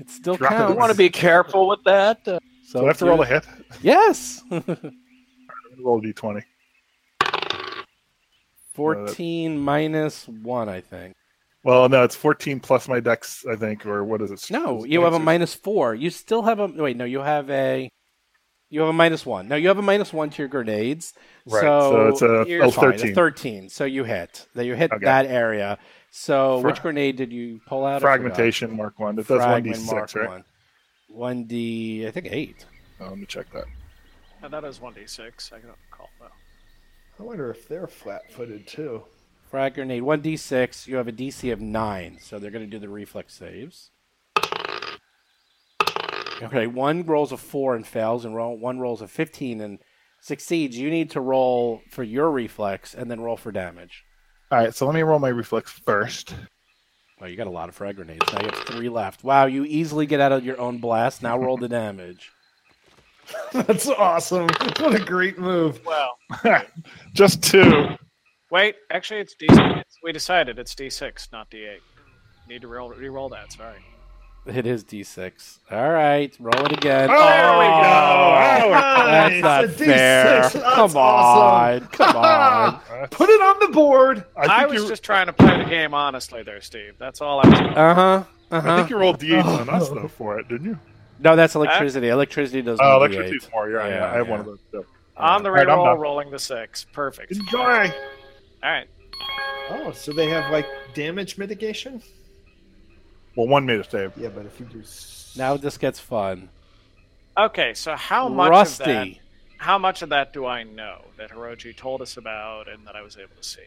Speaker 2: it. Still
Speaker 5: drop it.
Speaker 2: counts.
Speaker 7: You want to be careful with that. Uh,
Speaker 5: so I have to roll a hit.
Speaker 2: yes.
Speaker 5: Roll a d20.
Speaker 2: Fourteen minus one, I think.
Speaker 5: Well, no, it's 14 plus my dex, I think, or what is it?
Speaker 2: No, you have a
Speaker 5: Dex or-
Speaker 2: minus four. You still have a wait. No, you have a you have a minus one. No, you have a minus one to your grenades.
Speaker 5: Right,
Speaker 2: So,
Speaker 5: so it's a-
Speaker 2: you're
Speaker 5: a
Speaker 2: fine,
Speaker 5: 13.
Speaker 2: Thirteen. So you hit. That you hit
Speaker 5: Okay.
Speaker 2: that area. So
Speaker 5: Fra-
Speaker 2: which grenade did you pull out? I forgot.
Speaker 5: fragmentation mark one. It does
Speaker 2: Fragment
Speaker 5: 1d6,
Speaker 2: mark
Speaker 5: right?
Speaker 2: One. One D. I think eight.
Speaker 5: Oh, let me check that.
Speaker 4: And Oh, that is 1d6. I don't recall, though.
Speaker 3: I wonder if they're flat-footed too.
Speaker 2: Frag grenade. One D six. You have a DC of nine. So they're going to do the reflex saves. Okay, one rolls a four and fails, and roll, one rolls a fifteen and succeeds. You need to roll for your reflex and then roll for damage.
Speaker 5: All right, so let me roll my reflex first.
Speaker 2: Well, you got a lot of frag grenades. Now you have three left. Wow, you easily get out of your own blast. Now roll the damage.
Speaker 3: That's awesome. What a great move.
Speaker 4: Well,
Speaker 5: Just
Speaker 2: Oh,
Speaker 5: two.
Speaker 4: wait. Actually, it's d6. We decided it's d6, not d8. Need to roll, re-roll that. Sorry.
Speaker 2: It is D6. All right, roll it again.
Speaker 5: there we go. Oh,
Speaker 2: That's
Speaker 3: Nice,
Speaker 2: not
Speaker 3: Oh, a D6.
Speaker 2: fair.
Speaker 3: That's
Speaker 2: Come
Speaker 3: awesome.
Speaker 2: on, come on.
Speaker 3: Put it on the board.
Speaker 4: I,
Speaker 5: I think,
Speaker 4: was
Speaker 5: you,
Speaker 4: just trying to play the game honestly there, Steve. That's all I was doing.
Speaker 2: Uh huh. Uh
Speaker 5: I
Speaker 2: huh.
Speaker 5: think you rolled d8 on us, though, for it, didn't you?
Speaker 2: No, that's electricity. Electricity does.
Speaker 5: Oh,
Speaker 2: not
Speaker 5: electricity is more. Yeah,
Speaker 2: Yeah,
Speaker 5: yeah, I have one
Speaker 2: yeah.
Speaker 5: of those. Too.
Speaker 4: On the
Speaker 5: All right, I'm
Speaker 4: reroll,
Speaker 5: done.
Speaker 4: rolling the six. Perfect.
Speaker 5: Enjoy.
Speaker 4: All right.
Speaker 3: Oh, so they have like damage mitigation?
Speaker 5: Well, one made a save.
Speaker 3: Yeah, but if you do s-
Speaker 2: Now this gets fun.
Speaker 4: Okay, so how much
Speaker 2: Rusty.
Speaker 4: of that? How much of that do I know that Hiroji told us about and that I was able to see?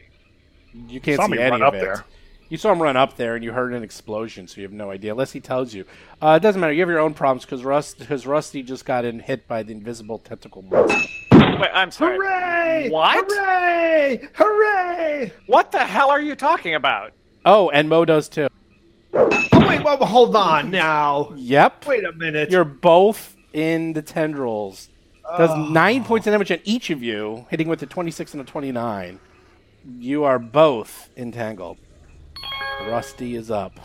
Speaker 2: You can't
Speaker 5: Saw
Speaker 2: see
Speaker 5: me
Speaker 2: any
Speaker 5: run
Speaker 2: of
Speaker 5: up
Speaker 2: it.
Speaker 5: there.
Speaker 2: You saw him run up there, and you heard an explosion, so you have no idea. Unless he tells you, uh, it doesn't matter. You have your own problems because Rust, because Rusty just got in hit by the invisible tentacle monster.
Speaker 4: Wait, I'm sorry.
Speaker 3: Hooray!
Speaker 4: What?
Speaker 3: Hooray! Hooray!
Speaker 4: What the hell are you talking about?
Speaker 2: Oh, and Mo does too.
Speaker 3: Oh wait, well, hold on now.
Speaker 2: Yep,
Speaker 3: Wait a minute.
Speaker 2: you're both in the tendrils. Does
Speaker 4: Oh.
Speaker 2: nine points of damage on each of you, hitting with the twenty-six and a twenty-nine. You are both entangled. Rusty is up.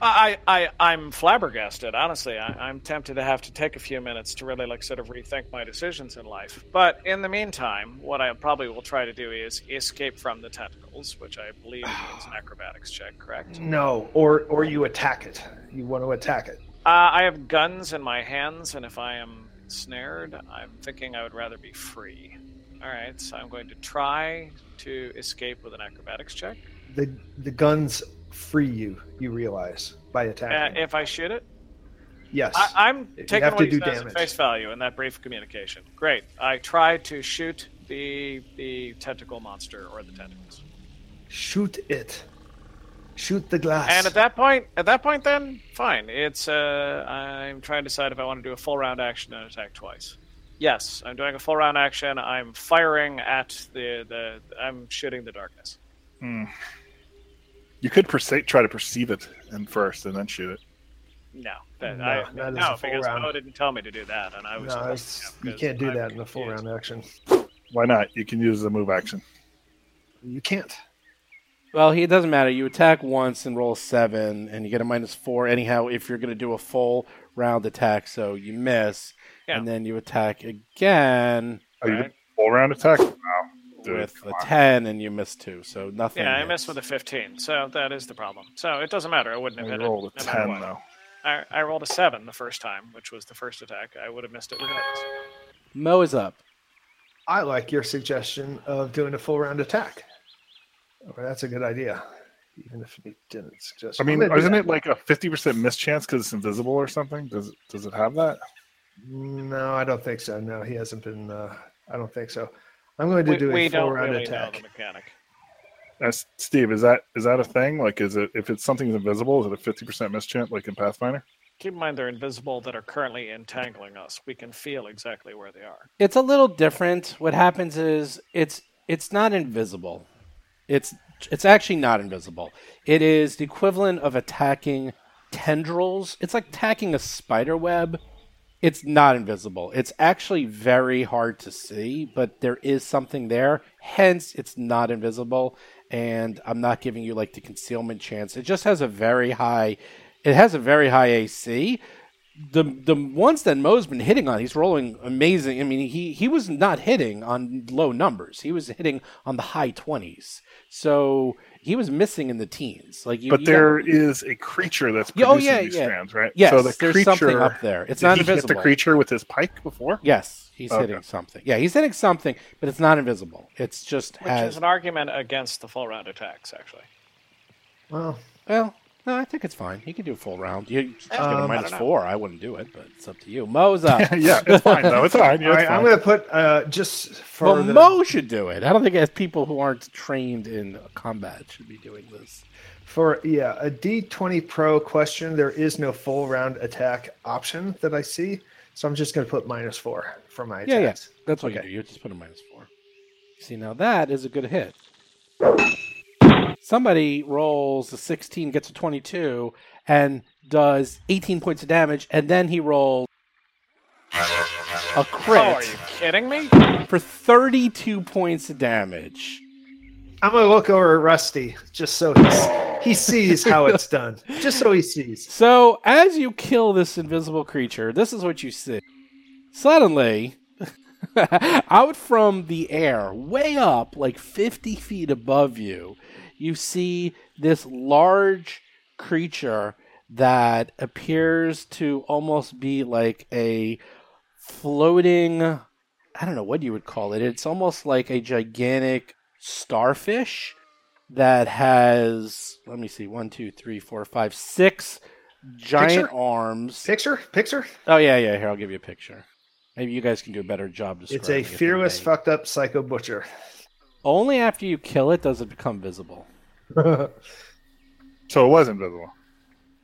Speaker 4: I, I, I'm flabbergasted, honestly. I, I'm tempted to have to take a few minutes to really, like, sort of rethink my decisions in life. But in the meantime, what I probably will try to do is escape from the tentacles, which I believe is an acrobatics check, correct?
Speaker 3: No, or or you attack it. You want to attack it.
Speaker 4: Uh, I have guns in my hands, and if I am snared, I'm thinking I would rather be free. All right, so I'm going to try to escape with an acrobatics check.
Speaker 3: The the guns free you. You realize by
Speaker 4: Uh,
Speaker 3: attacking.
Speaker 4: if I shoot it,
Speaker 3: yes.
Speaker 4: I, I'm
Speaker 3: You
Speaker 4: taking
Speaker 3: have
Speaker 4: what
Speaker 3: to
Speaker 4: he
Speaker 3: do
Speaker 4: says
Speaker 3: damage.
Speaker 4: at face value in that brief communication. Great. I try to shoot the the tentacle monster or the tentacles.
Speaker 3: Shoot it. Shoot the glass.
Speaker 4: And at that point, at that point, then fine. It's uh, I'm trying to decide if I want to do a full round action and attack twice. Yes, I'm doing a full round action. I'm firing at the the. I'm shooting the darkness.
Speaker 5: You could perce- try to perceive it and first, and then shoot it.
Speaker 4: No, that,
Speaker 3: No,
Speaker 4: I,
Speaker 3: that is
Speaker 4: no,
Speaker 3: a full
Speaker 4: because
Speaker 3: round.
Speaker 4: Mo didn't tell me to do that, and I was.
Speaker 3: no,
Speaker 4: confused
Speaker 3: it's, you
Speaker 4: because
Speaker 3: can't do
Speaker 4: I'm
Speaker 3: that in a full
Speaker 4: confused.
Speaker 3: round action.
Speaker 5: Why not? You can use it as a move action.
Speaker 3: You can't.
Speaker 2: Well, he, it doesn't matter. You attack once and roll a seven, and you get a minus four anyhow if you're going to do a full round attack. So you miss,
Speaker 4: Yeah.
Speaker 2: and then you attack again
Speaker 5: Oh, you
Speaker 4: Right.
Speaker 5: did full round attack. Wow, dude,
Speaker 2: with
Speaker 5: come
Speaker 2: a
Speaker 5: on.
Speaker 2: ten, and you miss two. So nothing.
Speaker 4: Yeah, I
Speaker 2: hits.
Speaker 4: missed with a 15, so that is the problem. So it doesn't matter. I wouldn't have
Speaker 5: I
Speaker 4: hit
Speaker 5: rolled
Speaker 4: it. no
Speaker 5: a
Speaker 4: matter
Speaker 5: ten
Speaker 4: what.
Speaker 5: though.
Speaker 4: I, I rolled a 7 the first time, which was the first attack. I would have missed it regardless.
Speaker 2: Mo is up.
Speaker 3: I like your suggestion of doing a full round attack. Oh, that's a good idea. Even if you didn't suggest.
Speaker 5: I mean,
Speaker 3: I'm gonna do
Speaker 5: isn't
Speaker 3: that.
Speaker 5: it like a fifty percent mischance because it's invisible or something? Does it, does it have that?
Speaker 3: No, I don't think so. No, he hasn't been. Uh, I don't think so. I'm going to do a
Speaker 4: we
Speaker 3: full
Speaker 4: don't
Speaker 3: round
Speaker 4: really know
Speaker 3: attack.
Speaker 4: the mechanic.
Speaker 5: That's, Uh, Steve, is that is that a thing? Like, is it if it's something's invisible, is it a fifty percent mischance like in Pathfinder?
Speaker 4: Keep in mind they're invisible that are currently entangling us. We can feel exactly where they are.
Speaker 2: It's a little different. What happens is it's it's not invisible. It's it's actually not invisible. It is the equivalent of attacking tendrils. It's like attacking a spider web. It's not invisible. It's actually very hard to see, but there is something there. Hence, it's not invisible. And I'm not giving you like the concealment chance. It just has a very high. It has a very high AC. The the ones that Mo's been hitting on, he's rolling amazing. I mean, he he was not hitting on low numbers. He was hitting on the high twenties. So he was missing in the teens. Like, you,
Speaker 5: But
Speaker 2: you got-
Speaker 5: there is a creature that's
Speaker 2: Yeah,
Speaker 5: producing
Speaker 2: oh, yeah,
Speaker 5: these
Speaker 2: yeah.
Speaker 5: strands, right?
Speaker 2: Yes,
Speaker 5: so the
Speaker 2: there's
Speaker 5: creature,
Speaker 2: something up there. It's
Speaker 5: did
Speaker 2: not
Speaker 5: he hit the
Speaker 2: invisible.
Speaker 5: creature with his pike before?
Speaker 2: Yes, he's
Speaker 5: Okay.
Speaker 2: hitting something. Yeah, he's hitting something, but it's not invisible. It's just
Speaker 4: Which
Speaker 2: has
Speaker 4: is an argument against the full round attacks, actually.
Speaker 3: Well,
Speaker 2: well. No, I think it's fine. He can do a full round. You just get a
Speaker 3: Um,
Speaker 2: minus
Speaker 4: I don't know.
Speaker 2: four. I wouldn't do it, but it's up to you. Mo's up.
Speaker 5: yeah, it's fine though. It's fine.
Speaker 3: all right, I'm going to put uh, just for
Speaker 2: well,
Speaker 3: the,
Speaker 2: Mo should do it. I don't think as people who aren't trained in combat should be doing this.
Speaker 3: for yeah a D20 Pro question. There is no full round attack option that I see, so I'm just going to put minus four for my
Speaker 2: Yeah, yeah,
Speaker 3: attacks.
Speaker 2: that's what you
Speaker 3: Okay.
Speaker 2: do. You just put a minus four. See, now that is a good hit. Somebody rolls a 16, gets a 22, and does 18 points of damage, and then he rolls a
Speaker 4: Oh, are
Speaker 2: crit
Speaker 4: you kidding me?
Speaker 2: for 32 points of damage.
Speaker 3: I'm going to look over at Rusty just so he's, he sees how it's done, just so he sees.
Speaker 2: So, as you kill this invisible creature, this is what you see. Suddenly, out from the air, way up, like 50 feet above you, you see this large creature that appears to almost be like a floating, I don't know what you would call it. It's almost like a gigantic starfish that has, let me see, one, two, three, four, five, six giant
Speaker 3: Picture?
Speaker 2: arms.
Speaker 3: Picture, picture.
Speaker 2: Oh yeah, yeah. Here, I'll give you a picture. Maybe you guys can do a better job describing.
Speaker 3: It's a
Speaker 2: it than
Speaker 3: fearless,
Speaker 2: me.
Speaker 3: fucked up psycho butcher.
Speaker 2: Only after you kill it does it become visible.
Speaker 5: So it was invisible.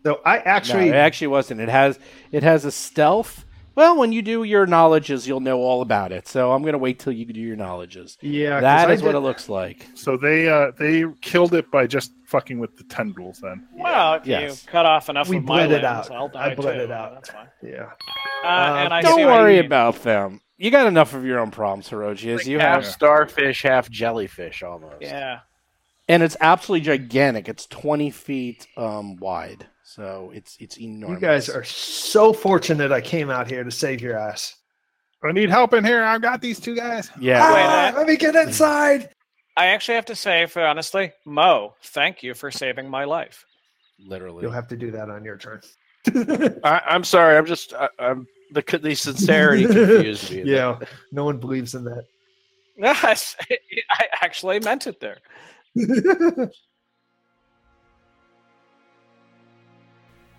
Speaker 3: So I
Speaker 2: No,
Speaker 3: actually
Speaker 2: it actually wasn't. It has it has a stealth. Well, when you do your knowledges, you'll know all about it. So I'm gonna wait till you do your knowledges.
Speaker 3: yeah 'cause
Speaker 2: that
Speaker 3: I
Speaker 2: is what
Speaker 3: did-
Speaker 2: it looks like.
Speaker 5: So they uh they killed it by just fucking with the tendrils. Then
Speaker 4: Well, if
Speaker 2: Yes.
Speaker 4: you cut off enough
Speaker 3: We
Speaker 4: of my
Speaker 3: bled it
Speaker 4: limbs,
Speaker 3: out.
Speaker 4: I'll die
Speaker 3: I bled
Speaker 4: too.
Speaker 3: it out.
Speaker 4: That's fine.
Speaker 3: Yeah.
Speaker 4: Uh,
Speaker 3: Uh,
Speaker 4: and I see
Speaker 2: Don't
Speaker 4: what you
Speaker 2: worry
Speaker 4: mean.
Speaker 2: about them. You got enough of your own problems, Hiroji, as you
Speaker 6: half
Speaker 2: have.
Speaker 6: starfish, half jellyfish, almost.
Speaker 4: Yeah.
Speaker 2: And it's absolutely gigantic. It's 20 feet um, wide, so it's it's
Speaker 3: You
Speaker 2: enormous.
Speaker 3: guys are so fortunate I came out here to save your ass.
Speaker 5: I need help in here. I've got these two guys.
Speaker 2: yeah.
Speaker 4: that-
Speaker 3: Ah, let me get inside.
Speaker 4: I actually have to say, for honestly, Mo, thank you for saving my life.
Speaker 2: Literally.
Speaker 3: You'll have to do that on your turn.
Speaker 6: I, I'm sorry. I'm just I, I'm the co- the sincerity confused me.
Speaker 3: yeah. No one believes in that.
Speaker 4: Yes, I actually meant it there.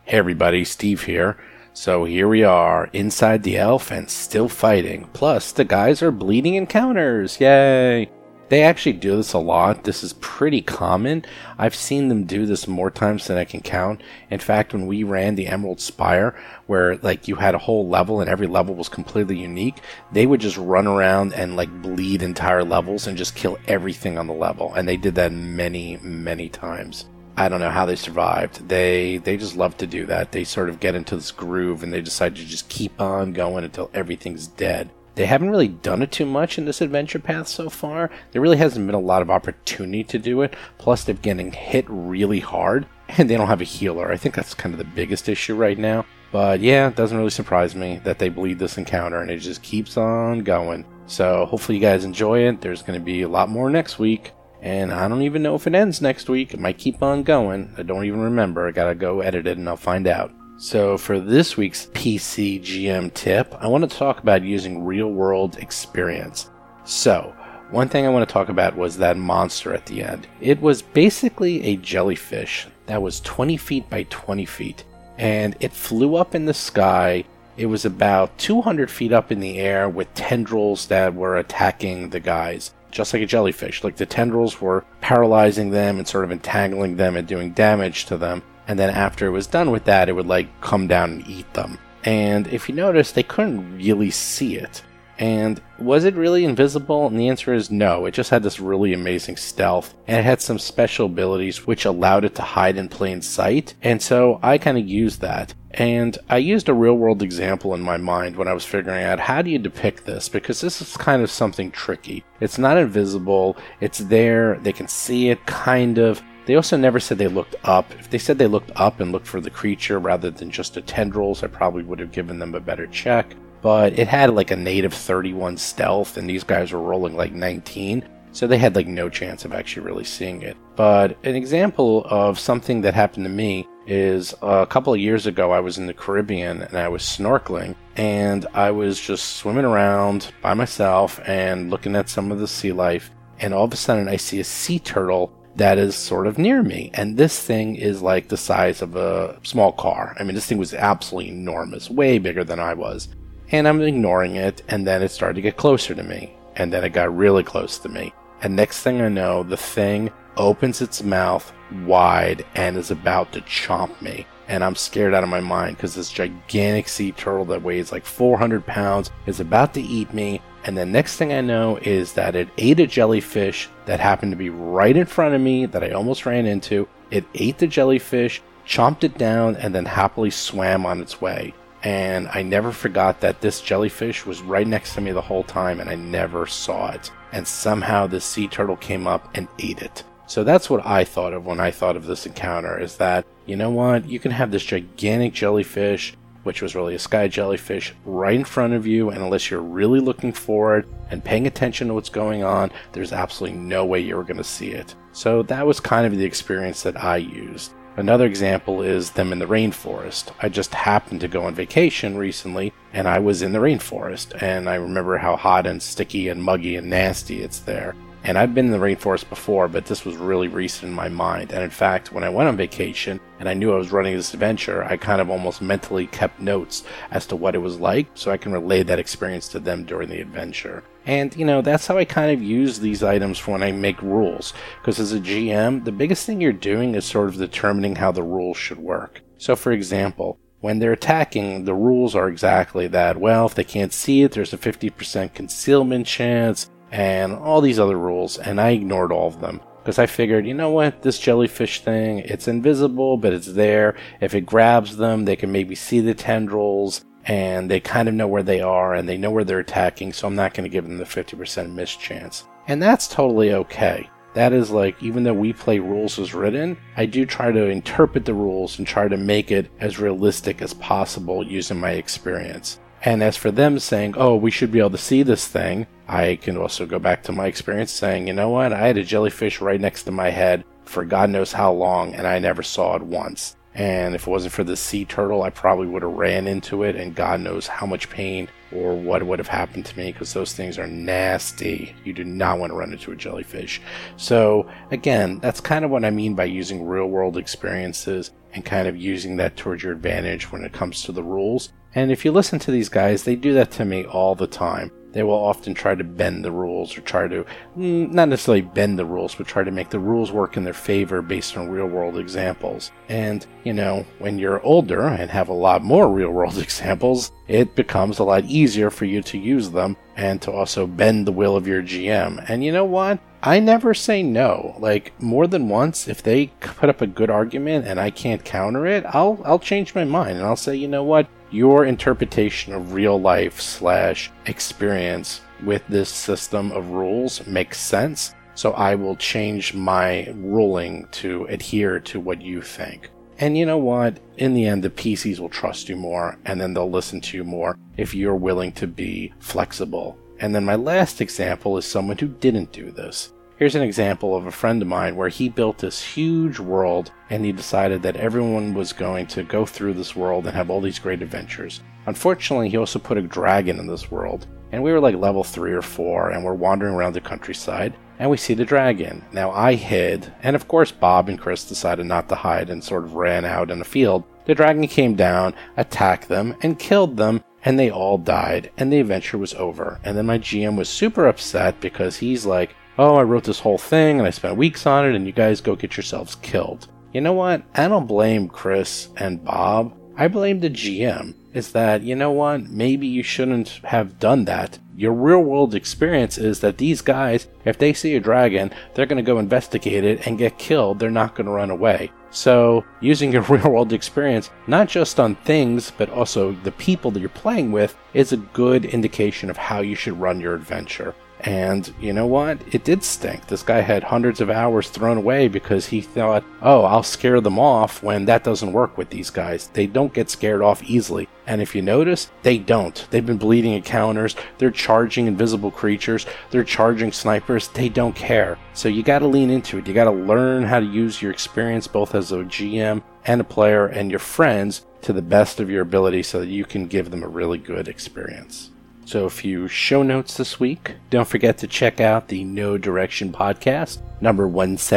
Speaker 8: Hey everybody, Steve here. So here we are inside the elf and still fighting. Plus, the guys are bleeding encounters. Yay! They actually do this a lot. This is pretty common. I've seen them do this more times than I can count. In fact, when we ran the Emerald Spire, where like you had a whole level and every level was completely unique, they would just run around and like bleed entire levels and just kill everything on the level. And they did that many, many times. I don't know how they survived. They they just love to do that. They sort of get into this groove and they decide to just keep on going until everything's dead. They haven't really done it too much in this adventure path so far. There really hasn't been a lot of opportunity to do it. Plus, they're getting hit really hard and they don't have a healer. I think that's kind of the biggest issue right now. But yeah, it doesn't really surprise me that they bleed this encounter and it just keeps on going. So hopefully you guys enjoy it. There's going to be a lot more next week. And I don't even know if it ends next week. It might keep on going. I don't even remember. I gotta go edit it and I'll find out. So, for this week's PCGM tip, I want to talk about using real world experience. So, one thing I want to talk about was that monster at the end. It was basically a jellyfish that was 20 feet by 20 feet, and it flew up in the sky
Speaker 2: It was about 200 feet up in the air with tendrils that were attacking the guys, just like a jellyfish. Like the tendrils were paralyzing them and sort of entangling them and doing damage to them. And then after it was done with that, it would like come down and eat them. And if you notice, they couldn't really see it. And was it really invisible? And the answer is no. It just had this really amazing stealth, and it had some special abilities which allowed it to hide in plain sight. And so I kind of used that. And I used a real world example in my mind when I was figuring out how do you depict this? Because this is kind of something tricky. It's not invisible, it's there, they can see it, kind of. They also never said they looked up. If they said they looked up and looked for the creature rather than just the tendrils, I probably would have given them a better check. But it had like a native 31 stealth, and these guys were rolling like 19, so they had like no chance of actually really seeing it. But an example of something that happened to me is a couple of years ago, I was in the Caribbean and I was snorkeling, and I was just swimming around by myself and looking at some of the sea life and all of a sudden I see a sea turtle that is sort of near me. And this thing is like the size of a small car. I mean, this thing was absolutely enormous, way bigger than I was. And I'm ignoring it, and then it started to get closer to me. And then it got really close to me. And next thing I know, the thing opens its mouth wide and is about to chomp me. And I'm scared out of my mind because this gigantic sea turtle that weighs like 400 pounds is about to eat me. And the next thing I know is that it ate a jellyfish that happened to be right in front of me that I almost ran into. It ate the jellyfish, chomped it down, and then happily swam on its way. And I never forgot that this jellyfish was right next to me the whole time and I never saw it. And somehow this sea turtle came up and ate it. So that's what I thought of when I thought of this encounter is that, you know what, you can have this gigantic jellyfish, which was really a sky jellyfish, right in front of you, and unless you're really looking for it and paying attention to what's going on, there's absolutely no way you were going to see it. So that was kind of the experience that I used. Another example is them in the rainforest. I just happened to go on vacation recently and I was in the rainforest and I remember how hot and sticky and muggy and nasty it's there. And I've been in the rainforest before, but this was really recent in my mind. And in fact, when I went on vacation and I knew I was running this adventure, I kind of almost mentally kept notes as to what it was like so I can relay that experience to them during the adventure. And, you know, that's how I kind of use these items for when I make rules. Because as a GM, the biggest thing you're doing is sort of determining how the rules should work. So, for example, when they're attacking, the rules are exactly that. Well, if they can't see it, there's a 50% concealment chance, and all these other rules, and I ignored all of them. Because I figured, you know what, this jellyfish thing, it's invisible, but it's there. If it grabs them, they can maybe see the tendrils, and they kind of know where they are, and they know where they're attacking, so I'm not going to give them the 50% miss chance. And that's totally okay. That is like, even though we play rules as written, I do try to interpret the rules and try to make it as realistic as possible using my experience. And as for them saying, oh, we should be able to see this thing, I can also go back to my experience saying, you know what, I had a jellyfish right next to my head for God knows how long, and I never saw it once. And if it wasn't for the sea turtle, I probably would have ran into it, and God knows how much pain or what would have happened to me because those things are nasty. You do not want to run into a jellyfish. So, again, that's kind of what I mean by using real world experiences and kind of using that towards your advantage when it comes to the rules. And if you listen to these guys, they do that to me all the time. They will often try to bend the rules or try to, mm, not necessarily bend the rules, but try to make the rules work in their favor based on real world examples. And, you know, when you're older and have a lot more real world examples, it becomes a lot easier for you to use them and to also bend the will of your GM. And you know what? I never say no. Like more than once, if they c- put up a good argument and I can't counter it, I'll I'll change my mind and I'll say, you know what? Your interpretation of real life slash experience with this system of rules makes sense. So I will change my ruling to adhere to what you think. And you know what? In the end, the PCs will trust you more, and then they'll listen to you more if you're willing to be flexible. And then my last example is someone who didn't do this. Here's an example of a friend of mine where he built this huge world and he decided that everyone was going to go through this world and have all these great adventures. Unfortunately, he also put a dragon in this world, and we were like level 3 or 4 and we're wandering around the countryside and we see the dragon. Now I hid, and of course Bob and Chris decided not to hide and sort of ran out in a field. The dragon came down, attacked them, and killed them, and they all died, and the adventure was over. And then my GM was super upset because he's like, Oh, I wrote this whole thing and I spent weeks on it, and you guys go get yourselves killed. You know what? I don't blame Chris and Bob. I blame the GM. Is that, you know what? Maybe you shouldn't have done that. Your real world experience is that these guys, if they see a dragon, they're going to go investigate it and get killed. They're not going to run away. So, using your real world experience, not just on things, but also the people that you're playing with, is a good indication of how you should run your adventure. And you know what? It did stink. This guy had hundreds of hours thrown away because he thought, oh, I'll scare them off when that doesn't work with these guys. They don't get scared off easily. And if you notice, they don't. They've been bleeding encounters, they're charging invisible creatures, they're charging snipers, they don't care. So you gotta lean into it. You gotta learn how to use your experience both as a GM and a player and your friends to the best of your ability so that you can give them a really good experience. So, a few show notes this week. Don't forget to check out the No Direction podcast, number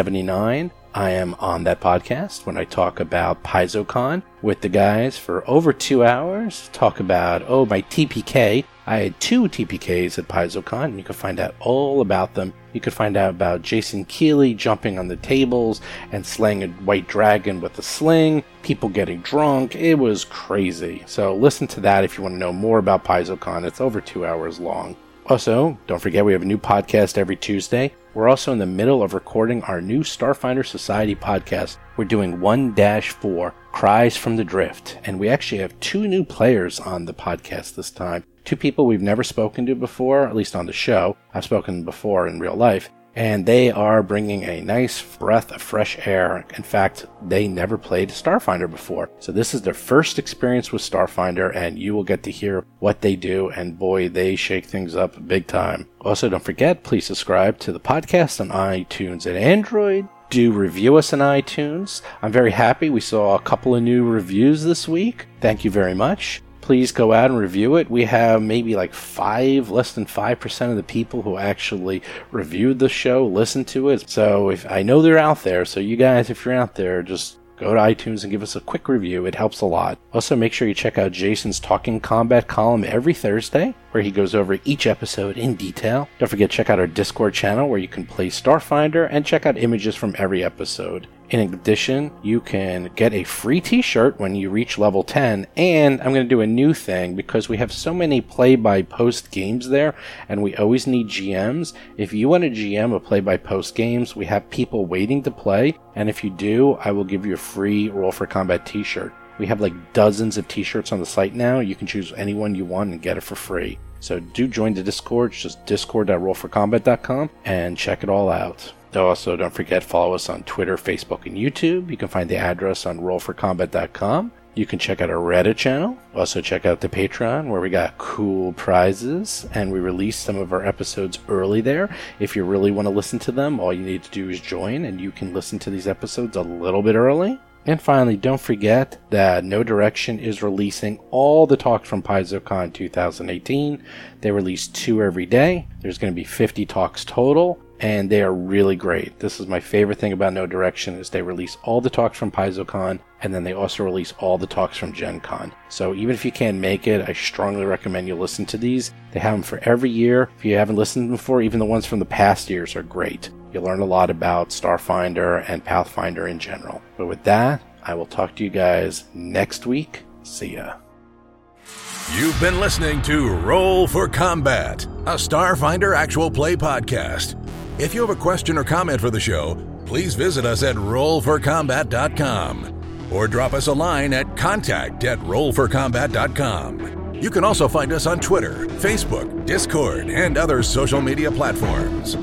Speaker 2: 179. I am on that podcast when I talk about PaizoCon with the guys for over two hours. Talk about, oh, my TPK. I had two TPKs at PaizoCon, and you can find out all about them. You can find out about Jason Keeley jumping on the tables and slaying a white dragon with a sling, people getting drunk. It was crazy. So listen to that if you want to know more about PaizoCon. It's over two hours long. Also, don't forget we have a new podcast every Tuesday. We're also in the middle of recording our new Starfinder Society podcast. We're doing 1 4 Cries from the Drift, and we actually have two new players on the podcast this time. Two people we've never spoken to before, at least on the show. I've spoken before in real life, and they are bringing a nice breath of fresh air. In fact, they never played Starfinder before. So, this is their first experience with Starfinder, and you will get to hear what they do. And boy, they shake things up big time. Also, don't forget, please subscribe to the podcast on iTunes and Android. Do review us on iTunes. I'm very happy. We saw a couple of new reviews this week. Thank you very much please go out and review it. We have maybe like five, less than 5% of the people who actually reviewed the show listen to it. So if I know they're out there, so you guys, if you're out there, just go to iTunes and give us a quick review. It helps a lot. Also, make sure you check out Jason's Talking Combat column every Thursday, where he goes over each episode in detail. Don't forget, check out our Discord channel where you can play Starfinder and check out images from every episode. In addition, you can get a free t shirt when you reach level 10. And I'm going to do a new thing because we have so many play by post games there, and we always need GMs. If you want to GM a play by post games, we have people waiting to play. And if you do, I will give you a free Roll for Combat t shirt. We have like dozens of t shirts on the site now. You can choose any one you want and get it for free. So do join the Discord. It's just discord.rollforcombat.com and check it all out. Also, don't forget follow us on Twitter, Facebook, and YouTube. You can find the address on rollforcombat.com. You can check out our Reddit channel. Also, check out the Patreon where we got cool prizes and we release some of our episodes early there. If you really want to listen to them, all you need to do is join and you can listen to these episodes a little bit early. And finally, don't forget that No Direction is releasing all the talks from PaizoCon 2018. They release two every day. There's going to be 50 talks total, and they are really great. This is my favorite thing about No Direction is they release all the talks from PaizoCon, and then they also release all the talks from Gen Con. So even if you can't make it, I strongly recommend you listen to these. They have them for every year. If you haven't listened to them before, even the ones from the past years are great. You'll learn a lot about Starfinder and Pathfinder in general. But with that, I will talk to you guys next week. See ya.
Speaker 1: You've been listening to Roll for Combat, a Starfinder actual play podcast. If you have a question or comment for the show, please visit us at rollforcombat.com or drop us a line at contact at rollforcombat.com. You can also find us on Twitter, Facebook, Discord, and other social media platforms.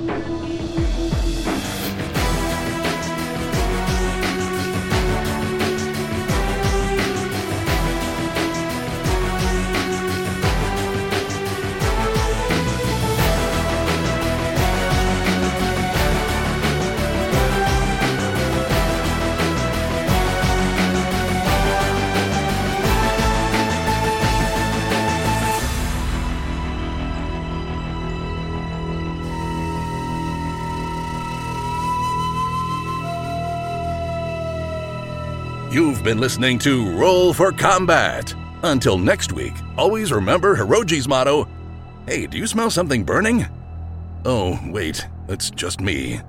Speaker 1: You've been listening to Roll for Combat, Until next week, always remember Hiroji's motto Hey, do you smell something burning? Oh, wait, that's just me.